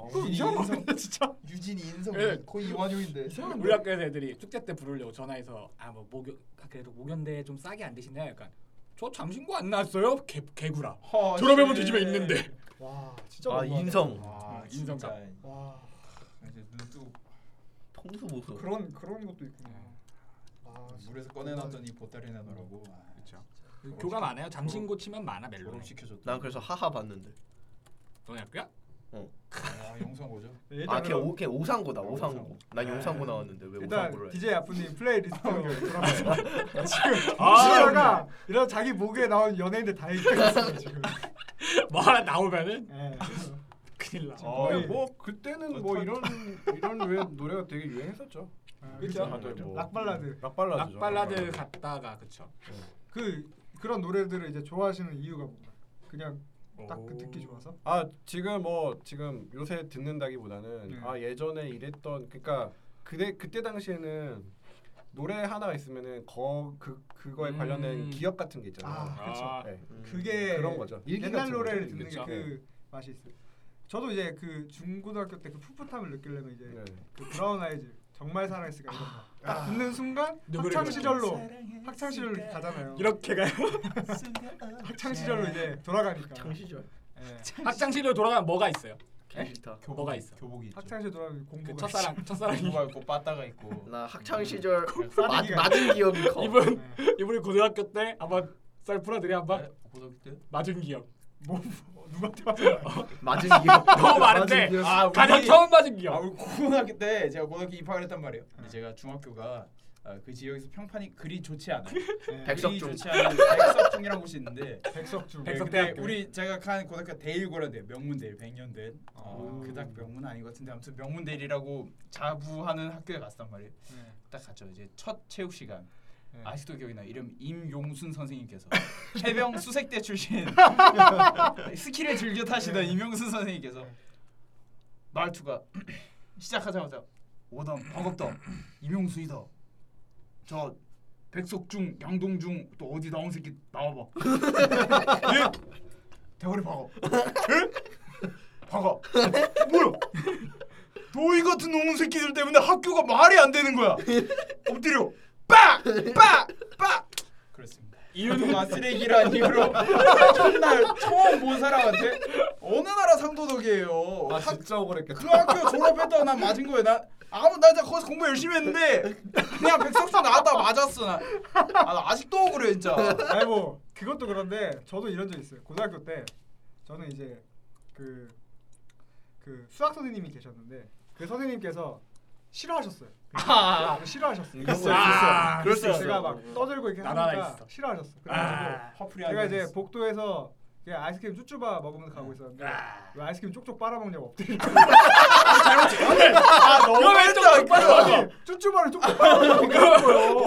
Speaker 1: 아, 그럼
Speaker 4: 유진이
Speaker 1: 이상한
Speaker 4: 인성
Speaker 1: 거 진짜.
Speaker 4: 유진이 인성
Speaker 2: 예.
Speaker 4: 거의 이완용인데
Speaker 2: 우리 학교에서 애들이 축제 때 부르려고 전화해서 아 뭐 목요 아, 그래도 목요인데 좀 싸게 안 되시나요? 약간 저 잠신고 안 나왔어요? 개 개구라.
Speaker 1: 아,
Speaker 4: 허,
Speaker 1: 네.
Speaker 2: 졸업해본
Speaker 4: 씨.
Speaker 2: 뒤집어 있는데.
Speaker 1: 와 진짜.
Speaker 3: 아
Speaker 1: 너무하다.
Speaker 3: 인성.
Speaker 4: 아,
Speaker 2: 음, 인성
Speaker 4: 진짜.
Speaker 1: 와
Speaker 4: 이제 눈뜨고
Speaker 3: 통수 보수.
Speaker 1: 그런 그런 것도 있구나. 아, 진짜.
Speaker 4: 물에서 꺼내놨더니 보따리 내더라고 그렇죠
Speaker 2: 교가 많아요. 잠신고 치면 많아 멜론.
Speaker 4: 졸업 시켜줬다
Speaker 3: 난 그래서 하하 봤는데.
Speaker 2: 너네 학교야? <laughs>
Speaker 4: 아 영상 보죠
Speaker 1: 일단
Speaker 3: 아걔
Speaker 1: 그럼
Speaker 3: 걔 오상고다
Speaker 4: 아,
Speaker 3: 오상고.
Speaker 4: 오상고.
Speaker 3: 난 용상고 나왔는데 왜
Speaker 1: 일단
Speaker 3: 오상고를 해?
Speaker 1: DJ 아프님 플레이리스트로 <laughs> 돌아가요.
Speaker 2: 아,
Speaker 1: 시아가 이런 자기 목에 나온 연예인들 다 얘기했어요 <laughs> 지금.
Speaker 2: 뭐 하나 나오면은
Speaker 1: 예.
Speaker 2: 큰일 나.
Speaker 5: 아,
Speaker 1: 거의-
Speaker 5: 뭐 그때는 뭐 이런 이런 왜 노래가 되게 유행했었죠.
Speaker 1: 아,
Speaker 2: 그쵸?
Speaker 5: 다들 뭐
Speaker 1: 락발라드.
Speaker 5: 락발라드죠.
Speaker 2: 락발라드 갔다가 그쵸.
Speaker 1: 그 그런 노래들을 이제 좋아하시는 이유가 뭔가. 그냥 딱 그
Speaker 2: 오.
Speaker 1: 듣기 좋아서.
Speaker 5: 아 지금 뭐 지금 요새 듣는다기보다는
Speaker 1: 네.
Speaker 5: 아 예전에 이랬던 그러니까 그때 그때 당시에는 노래 하나가 있으면은 거그 그거에
Speaker 2: 음.
Speaker 5: 관련된 기억 같은 게 있잖아요.
Speaker 1: 아, 그렇죠.
Speaker 2: 아,
Speaker 5: 네.
Speaker 3: 음.
Speaker 1: 그게
Speaker 5: 그런 거죠. 일기
Speaker 1: 옛날
Speaker 5: 같은
Speaker 1: 노래를
Speaker 5: 거죠.
Speaker 1: 듣는
Speaker 5: 그쵸?
Speaker 1: 게
Speaker 2: 네.
Speaker 1: 그 맛이 있어요. 저도 이제 그 중고등학교 때 그 풋풋함을 느끼려면 이제
Speaker 5: 네.
Speaker 1: 그 브라운 아이즈 정말 사랑했을까 이런 거딱 듣는 순간
Speaker 2: 아. 노래를
Speaker 1: 학창 시절로 학창 시절로 가잖아요.
Speaker 2: 이렇게 가요. <laughs>
Speaker 1: 학창 시절로 이제 돌아가니까.
Speaker 3: 정시절.
Speaker 1: 예.
Speaker 2: 학창시절로 돌아가면 뭐가 있어요?
Speaker 3: 개 싫다.
Speaker 2: 뭐가 있어?
Speaker 4: 교복이 있죠
Speaker 1: 학창 시절 돌아가면
Speaker 2: 그
Speaker 4: 뭐
Speaker 1: 공부가
Speaker 2: 첫사랑 첫사랑이
Speaker 4: 교복
Speaker 5: 그
Speaker 4: 있고 빠따가 있고
Speaker 3: 나 학창 시절
Speaker 1: 싸대기가
Speaker 3: 맞-
Speaker 1: 있어.
Speaker 3: 맞은 음. 기억이
Speaker 4: 뭐.
Speaker 3: 커.
Speaker 2: 이분
Speaker 1: 예.
Speaker 2: 이분이 고등학교 때 아마 쌀풀아들이 한번
Speaker 4: <laughs> 고등학교 때
Speaker 2: 맞은 기억.
Speaker 1: 뭐 누구한테 맞아요?
Speaker 3: 맞은 <laughs> 기억.
Speaker 2: 너무 많은데
Speaker 1: 맞은 기억.
Speaker 4: 아,
Speaker 2: 가장
Speaker 4: 우리-
Speaker 2: 처음 맞은
Speaker 4: 아,
Speaker 2: 기억.
Speaker 4: 우리 고등학교 때 제가 고등학교 입학을 했단 말이에요. 근데 제가 중학교가 아, 그 지역에서 평판이 그리 좋지 않아요.
Speaker 1: 예.
Speaker 3: 백- 백석중.
Speaker 4: 그리 좋지 않은 백석중이라는 곳이 있는데
Speaker 1: 백석주.
Speaker 4: 네,
Speaker 2: 백석대학교.
Speaker 4: 근데 우리 제가 간 고등학교 대일고라는데 명문대일 100년 된 어,
Speaker 1: 오.
Speaker 4: 그닥 명문 아닌 것 같은데 아무튼 명문대일이라고 자부하는 학교에 갔단 말이에요.
Speaker 1: 네.
Speaker 4: 딱 갔죠. 이제 첫 체육 시간.
Speaker 1: 네.
Speaker 4: 아직도 기억이 나. 이름 임용순 선생님께서 <laughs> 해병
Speaker 1: <laughs>
Speaker 4: 수색대 출신 스키를 즐겨 타시던
Speaker 1: 네.
Speaker 4: 임용순 선생님께서 말투가 <clears throat> 시작하자마자 오덤 버겁다 임용순이다. 저 백석중 양동중 또 어디 나온 새끼 나와봐. 예? 대머리 박아. 예? 박아. 뭐야? 너희 같은 놈의 새끼들 때문에 학교가 말이 안 되는 거야. 엎드려. 빡! 빡! 빡! 그렇습니다. 이유가 쓰레기란 이유로 정말 처음 본 사람한테 어느 나라 상도덕이에요.
Speaker 5: 아
Speaker 4: 학-
Speaker 5: 진짜 억울했겠다.
Speaker 4: 그 학교 졸업했다고 난 맞은 거야. 난 아무 나 진짜 거기서 공부 열심히 했는데 그냥 백석수 나왔다 맞았어. 나. 아, 나 아직도 억울해 진짜.
Speaker 1: 아니 뭐 그것도 그런데 저도 이런 적 있어요. 고등학교 때 저는 이제 그 그 수학 선생님이 계셨는데 그 선생님께서 싫어하셨어요. 그
Speaker 4: 아,
Speaker 1: 싫어하셨어요.
Speaker 5: 이런 거
Speaker 2: 아,
Speaker 5: 있었어. 그럴 수 있어.
Speaker 1: 제가 막 떠들고 이렇게
Speaker 2: 나나나
Speaker 1: 하니까
Speaker 2: 있어.
Speaker 1: 싫어하셨어. 그래가지고
Speaker 2: 아.
Speaker 4: 화풀이
Speaker 1: 제가 이제 복도에서 그냥 아이스크림 쭈쭈바 먹으면서 가고 있었는데
Speaker 2: 아.
Speaker 1: 왜 아이스크림 쪽쪽 빨아먹냐고 엎드리고
Speaker 4: 아,
Speaker 2: 이거 왜 쪽쪽 빨아?
Speaker 1: 아니, 쭈쭈바를 쪽쪽 빨아먹냐고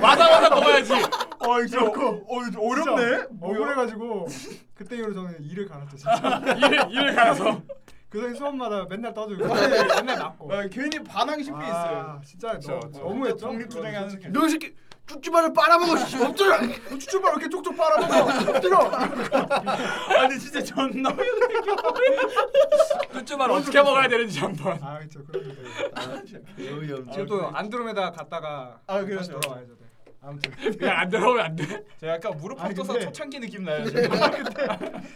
Speaker 2: 맞아 맞아 먹어야지.
Speaker 4: 어, 이거 어, 이거 어렵네.
Speaker 1: 억울해가지고 그때 이후로 저는 일을 갈았죠 진짜
Speaker 2: 일을 일을 가서
Speaker 1: 그 전에 수업마다 맨날
Speaker 4: <laughs>
Speaker 1: 떠들고 맨날 맞고
Speaker 4: 아, 괜히 반항심이 있어요.
Speaker 1: 아, 진짜
Speaker 5: 그쵸,
Speaker 1: 너무,
Speaker 5: 그쵸.
Speaker 1: 너무했죠?
Speaker 4: 독립투쟁이 하는 새끼.
Speaker 3: 너 새끼 쭈쭈바를 빨아먹어. 씨. 엎드려.
Speaker 1: 쭈쭈바 이렇게 쪽쪽 빨아먹어 엎드려
Speaker 4: 아니 진짜 존나
Speaker 2: 쭈쭈만 어떻게 먹어야 되는지 한번.
Speaker 1: 아 그쵸 그런 것도 있어요. 지금
Speaker 3: 아,
Speaker 1: 또 안드로메다 갔다가
Speaker 4: 그렇죠. 아,
Speaker 1: 다시
Speaker 4: 그렇죠.
Speaker 1: 돌아와야죠 네. 아무튼
Speaker 2: 그냥 안 들어오면 안 돼.
Speaker 4: 제가 약간 무릎
Speaker 1: 아니,
Speaker 4: 팍떠서
Speaker 1: 근데-
Speaker 4: 초창기 느낌 나요.
Speaker 1: 아,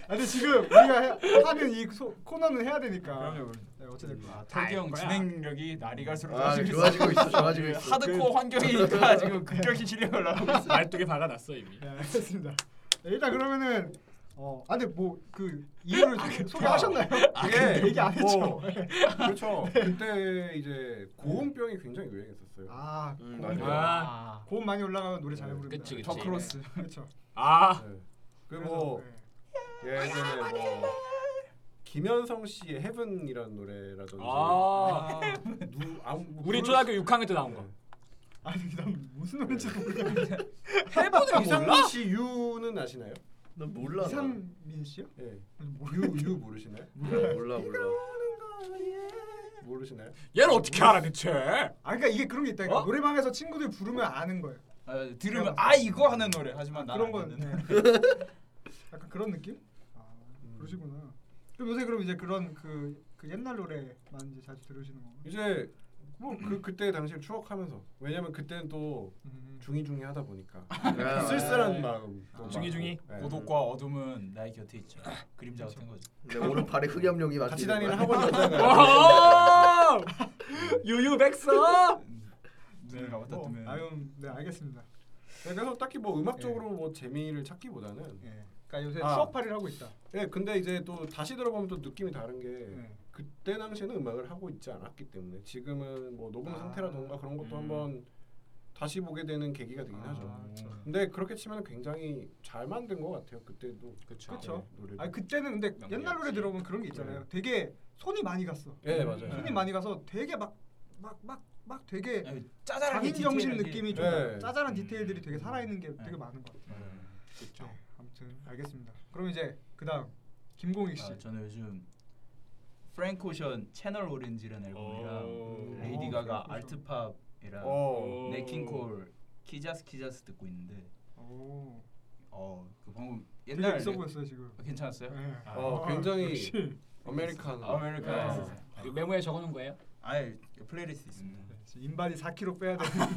Speaker 1: 근데 지금 우리가 해- 하는 이 소, 코너는 해야 되니까
Speaker 4: 그럼요, 음. 그럼요.
Speaker 1: 네, 어쨌든
Speaker 4: 털기 형
Speaker 2: 거야.
Speaker 4: 아, 진행력이 날이
Speaker 1: 음.
Speaker 4: 갈수록
Speaker 3: 아,
Speaker 4: 좋아지고 있어.
Speaker 3: 좋아지고 있어. 좋아지고 있어.
Speaker 4: 하드코어 환경이니까 지금 급격히 실력을 나고 있어.
Speaker 2: 말뚝에 박아놨어 이미.
Speaker 1: 네, 알겠습니다. 네, 일단 그러면은 어, 아 근데 뭐그
Speaker 4: 아,
Speaker 1: 이유를 소개하셨나요?
Speaker 4: 뭐.
Speaker 5: 이게
Speaker 1: 얘기 안 했죠. 네.
Speaker 5: 뭐, 그렇죠. 그때 이제 고음병이 굉장히 유행했었어요.
Speaker 1: 아,
Speaker 3: 음,
Speaker 1: 고음.
Speaker 3: 맞아요.
Speaker 2: 아,
Speaker 1: 고음 많이 올라가면 노래 잘 부릅니다.
Speaker 2: 그치, 그치.
Speaker 4: 저 크로스. 뭐,
Speaker 1: 그렇죠.
Speaker 2: 아,
Speaker 5: 네. 그리고
Speaker 1: 네.
Speaker 5: 네. 예전에 뭐 김현성 씨의 헤븐이라는 노래라든지
Speaker 2: 아.
Speaker 5: 누 아무 뭐
Speaker 2: 우리
Speaker 5: 부를
Speaker 2: 초등학교 6학년 때 나온 거.
Speaker 5: 네.
Speaker 1: 아니 난 무슨
Speaker 3: 네.
Speaker 1: 노래인지도 모르겠어.
Speaker 3: <laughs>
Speaker 2: 해보니까 아, 몰라?
Speaker 5: 이상민 씨 유는 아시나요?
Speaker 3: 나 몰라. 나.
Speaker 1: 이상민 씨요? 뭐.
Speaker 5: 예.
Speaker 1: 모르겠-
Speaker 5: 유유 모르시나요?
Speaker 3: 몰라 몰라 몰라.
Speaker 5: 모르시나요?
Speaker 2: 얘를 어떻게 알아 대체?
Speaker 1: 아 그러니까 이게 그런 게 있다니까
Speaker 2: 어?
Speaker 1: 노래방에서 친구들이 부르면 아는 거예요.
Speaker 4: 아, 들으면 아 이거 하는 노래 하지만 나
Speaker 1: 그런 건 네. 약간 그런 느낌? 아 그러시구나. 그럼 요새 그럼 이제 그런 그, 그 옛날 노래만 이제 자주 들으시는 건가요?
Speaker 5: 이제 뭐 그 그때 당시를 추억하면서 왜냐면 그때는 또
Speaker 1: 음.
Speaker 5: 중이 중이 하다 보니까 그
Speaker 3: 아,
Speaker 5: 쓸쓸한 마음. 또
Speaker 1: 아,
Speaker 5: 막-
Speaker 2: 중이중이?
Speaker 1: 네.
Speaker 5: 예.
Speaker 4: 고독과 어둠은 나의 곁에 있죠. 그림자 같은 거죠.
Speaker 3: 내 오른팔에 흑염룡이
Speaker 5: 같이
Speaker 1: 음.
Speaker 3: 막히는
Speaker 5: 다니는
Speaker 3: 거야. <laughs>
Speaker 5: 학원
Speaker 1: 아,
Speaker 2: 음.
Speaker 5: 여자가
Speaker 2: 와! 유유백서.
Speaker 4: 눈을 감았다 뜨면
Speaker 1: 어, 아유 네 알겠습니다.
Speaker 5: 그래서 딱히 뭐 음악적으로 뭐 재미를 찾기보다는
Speaker 1: 예. 그러니까 요새
Speaker 5: 아.
Speaker 1: 추억팔이를 하고 있다.
Speaker 5: 예 근데 이제 또 다시 들어보면 또 느낌이 다른 게
Speaker 1: 네.
Speaker 5: 그때 당시에는 음악을 하고 있지 않았기 때문에 지금은 뭐 녹음
Speaker 1: 아.
Speaker 5: 상태라던가 그런 것도
Speaker 4: 음.
Speaker 5: 한번 다시 보게 되는 계기가 되긴 하죠.
Speaker 1: 그렇죠.
Speaker 5: 근데 그렇게 치면 굉장히 잘 만든 것 같아요. 그때도
Speaker 4: 그쵸.
Speaker 1: 그쵸.
Speaker 5: 네, 노래를.
Speaker 1: 아 그때는 근데 옛날 노래 들어보면 그런 게 있잖아요. 되게 손이 많이 갔어.
Speaker 5: 예 맞아요.
Speaker 2: 그
Speaker 1: 손이 많이 가서 되게 막 막 막 막 되게
Speaker 4: 네. 아유,
Speaker 1: 자기
Speaker 4: 짜잘하게
Speaker 1: 정신
Speaker 4: 디테일하게.
Speaker 1: 느낌이 좀
Speaker 5: 네.
Speaker 1: 나- 짜잘한
Speaker 4: 음.
Speaker 1: 디테일들이 되게 살아있는 게
Speaker 4: 네.
Speaker 1: 되게 많은 것 같아요.
Speaker 4: 음,
Speaker 1: 그렇죠. 아무튼 알겠습니다. 그럼 이제 그다음 김공익 씨.
Speaker 4: 아, 저는 요즘 프랭코션 채널 오렌지라는 앨범이랑
Speaker 5: 어.
Speaker 4: 레이디
Speaker 1: 오,
Speaker 4: 가가
Speaker 1: 프랭코션.
Speaker 4: 알트팝이랑
Speaker 5: 어.
Speaker 4: 네킹콜 키자스 키자스 듣고 있는데
Speaker 1: 오.
Speaker 4: 어그 방금
Speaker 1: 옛날
Speaker 4: 옛날
Speaker 1: 있어 보였어요 지금.
Speaker 4: 어, 괜찮았어요?
Speaker 1: 네.
Speaker 4: 아,
Speaker 5: 어
Speaker 1: 아,
Speaker 5: 굉장히
Speaker 1: 역시.
Speaker 5: 아메리칸.
Speaker 4: 아메리칸
Speaker 5: 예.
Speaker 2: 이거 메모에 적어놓은 거예요?
Speaker 4: 아예 플레이리스트 있습니다.
Speaker 1: 네, 지금 인바디 4kg
Speaker 4: <laughs>
Speaker 1: 빼야 되는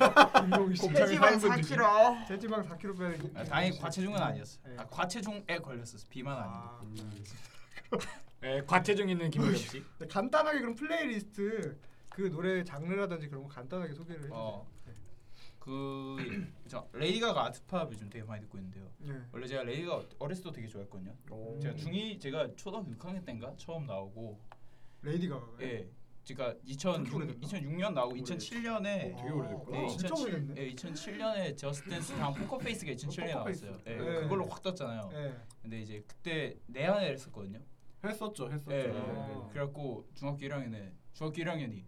Speaker 1: 김공익 씨.
Speaker 4: 체지방 4kg.
Speaker 1: 체지방 4kg 빼야 되는.
Speaker 4: 아,
Speaker 1: 김공익
Speaker 4: 다행히
Speaker 1: 씨.
Speaker 4: 과체중은 아니었어요.
Speaker 1: 네.
Speaker 4: 아, 과체중에 걸렸었어. 비만 아니고.
Speaker 1: 아,
Speaker 5: 음.
Speaker 2: 네, 과체중 있는 김우겸 씨.
Speaker 1: 네, 간단하게 그럼 플레이리스트 그 노래 장르라든지 그런 거 간단하게 소개를 해주세요. 네.
Speaker 4: 어. 그 저, 레이가가 아트팝 요즘 되게 많이 듣고 있는데요.
Speaker 1: 네.
Speaker 4: 원래 제가 레이가 어렸을 때 되게 좋아했거든요.
Speaker 5: 오.
Speaker 4: 제가 중2 제가 초등학교 6학년 때인가 처음 나오고
Speaker 1: 레이디 가가.
Speaker 4: 예. 그러니까
Speaker 1: 네. 그렇게
Speaker 4: 2006,
Speaker 1: 오래됐나?
Speaker 4: 2006년 나오고
Speaker 5: 오래됐어.
Speaker 4: 2007년에
Speaker 5: 되게 오래됐구나.
Speaker 4: 네,
Speaker 1: 어, 진짜
Speaker 4: 2007,
Speaker 1: 오래됐네.
Speaker 4: 예, 2007년에 저스트 댄스 다음 포커페이스가 2007년에
Speaker 1: 포커페이스.
Speaker 4: 나왔어요. 예,
Speaker 1: 네.
Speaker 4: 그걸로 확 떴잖아요.
Speaker 1: 예.
Speaker 4: 근데 이제 그때 내한을 했었거든요.
Speaker 5: 했었죠 했었죠.
Speaker 4: 예.
Speaker 1: 아.
Speaker 4: 그래갖고 중학교 1학년에 중학교 1학년이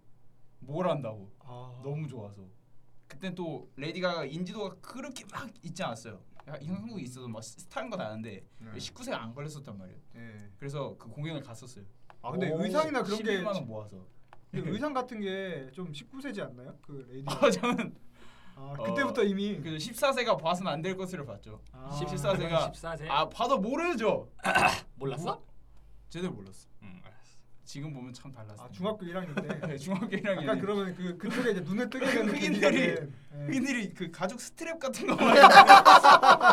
Speaker 4: 뭘 한다고
Speaker 1: 아.
Speaker 4: 너무 좋아서 그땐 또 레이디 가가 인지도가 그렇게 막 있지 않았어요. 야, 이 한국에 있어도 막 스타인 건 아는데
Speaker 1: 네.
Speaker 4: 19세가 안 걸렸었단 말이에요.
Speaker 1: 예.
Speaker 4: 그래서 그 공연을 갔었어요.
Speaker 1: 아 근데 의상이나 그런 게
Speaker 4: 11만 원 모아서.
Speaker 1: 근데 의상 같은 게 좀 19세지 않나요? 그 레이디.
Speaker 4: 아 <laughs> 저는
Speaker 1: 아,
Speaker 4: 어.
Speaker 1: 그때부터 이미
Speaker 4: 그 14세가 봐서는 안 될 것을 봤죠.
Speaker 1: 아.
Speaker 4: 14세가
Speaker 2: 14세.
Speaker 4: 아 봐도 모르죠.
Speaker 2: 몰랐어?
Speaker 4: 제대로 몰랐어.
Speaker 2: 음, 알았어.
Speaker 4: 지금 보면 참 달랐어.
Speaker 1: 아, 중학교 1학년 때.
Speaker 4: 네, 중학교 1학년.
Speaker 1: 약간 그러면 그 그쪽에 이제 눈을 뜨게 되는
Speaker 4: 흑인들이-
Speaker 1: 계기가 된, 예.
Speaker 4: 흑인들이 그 가죽 스트랩 같은 거 말고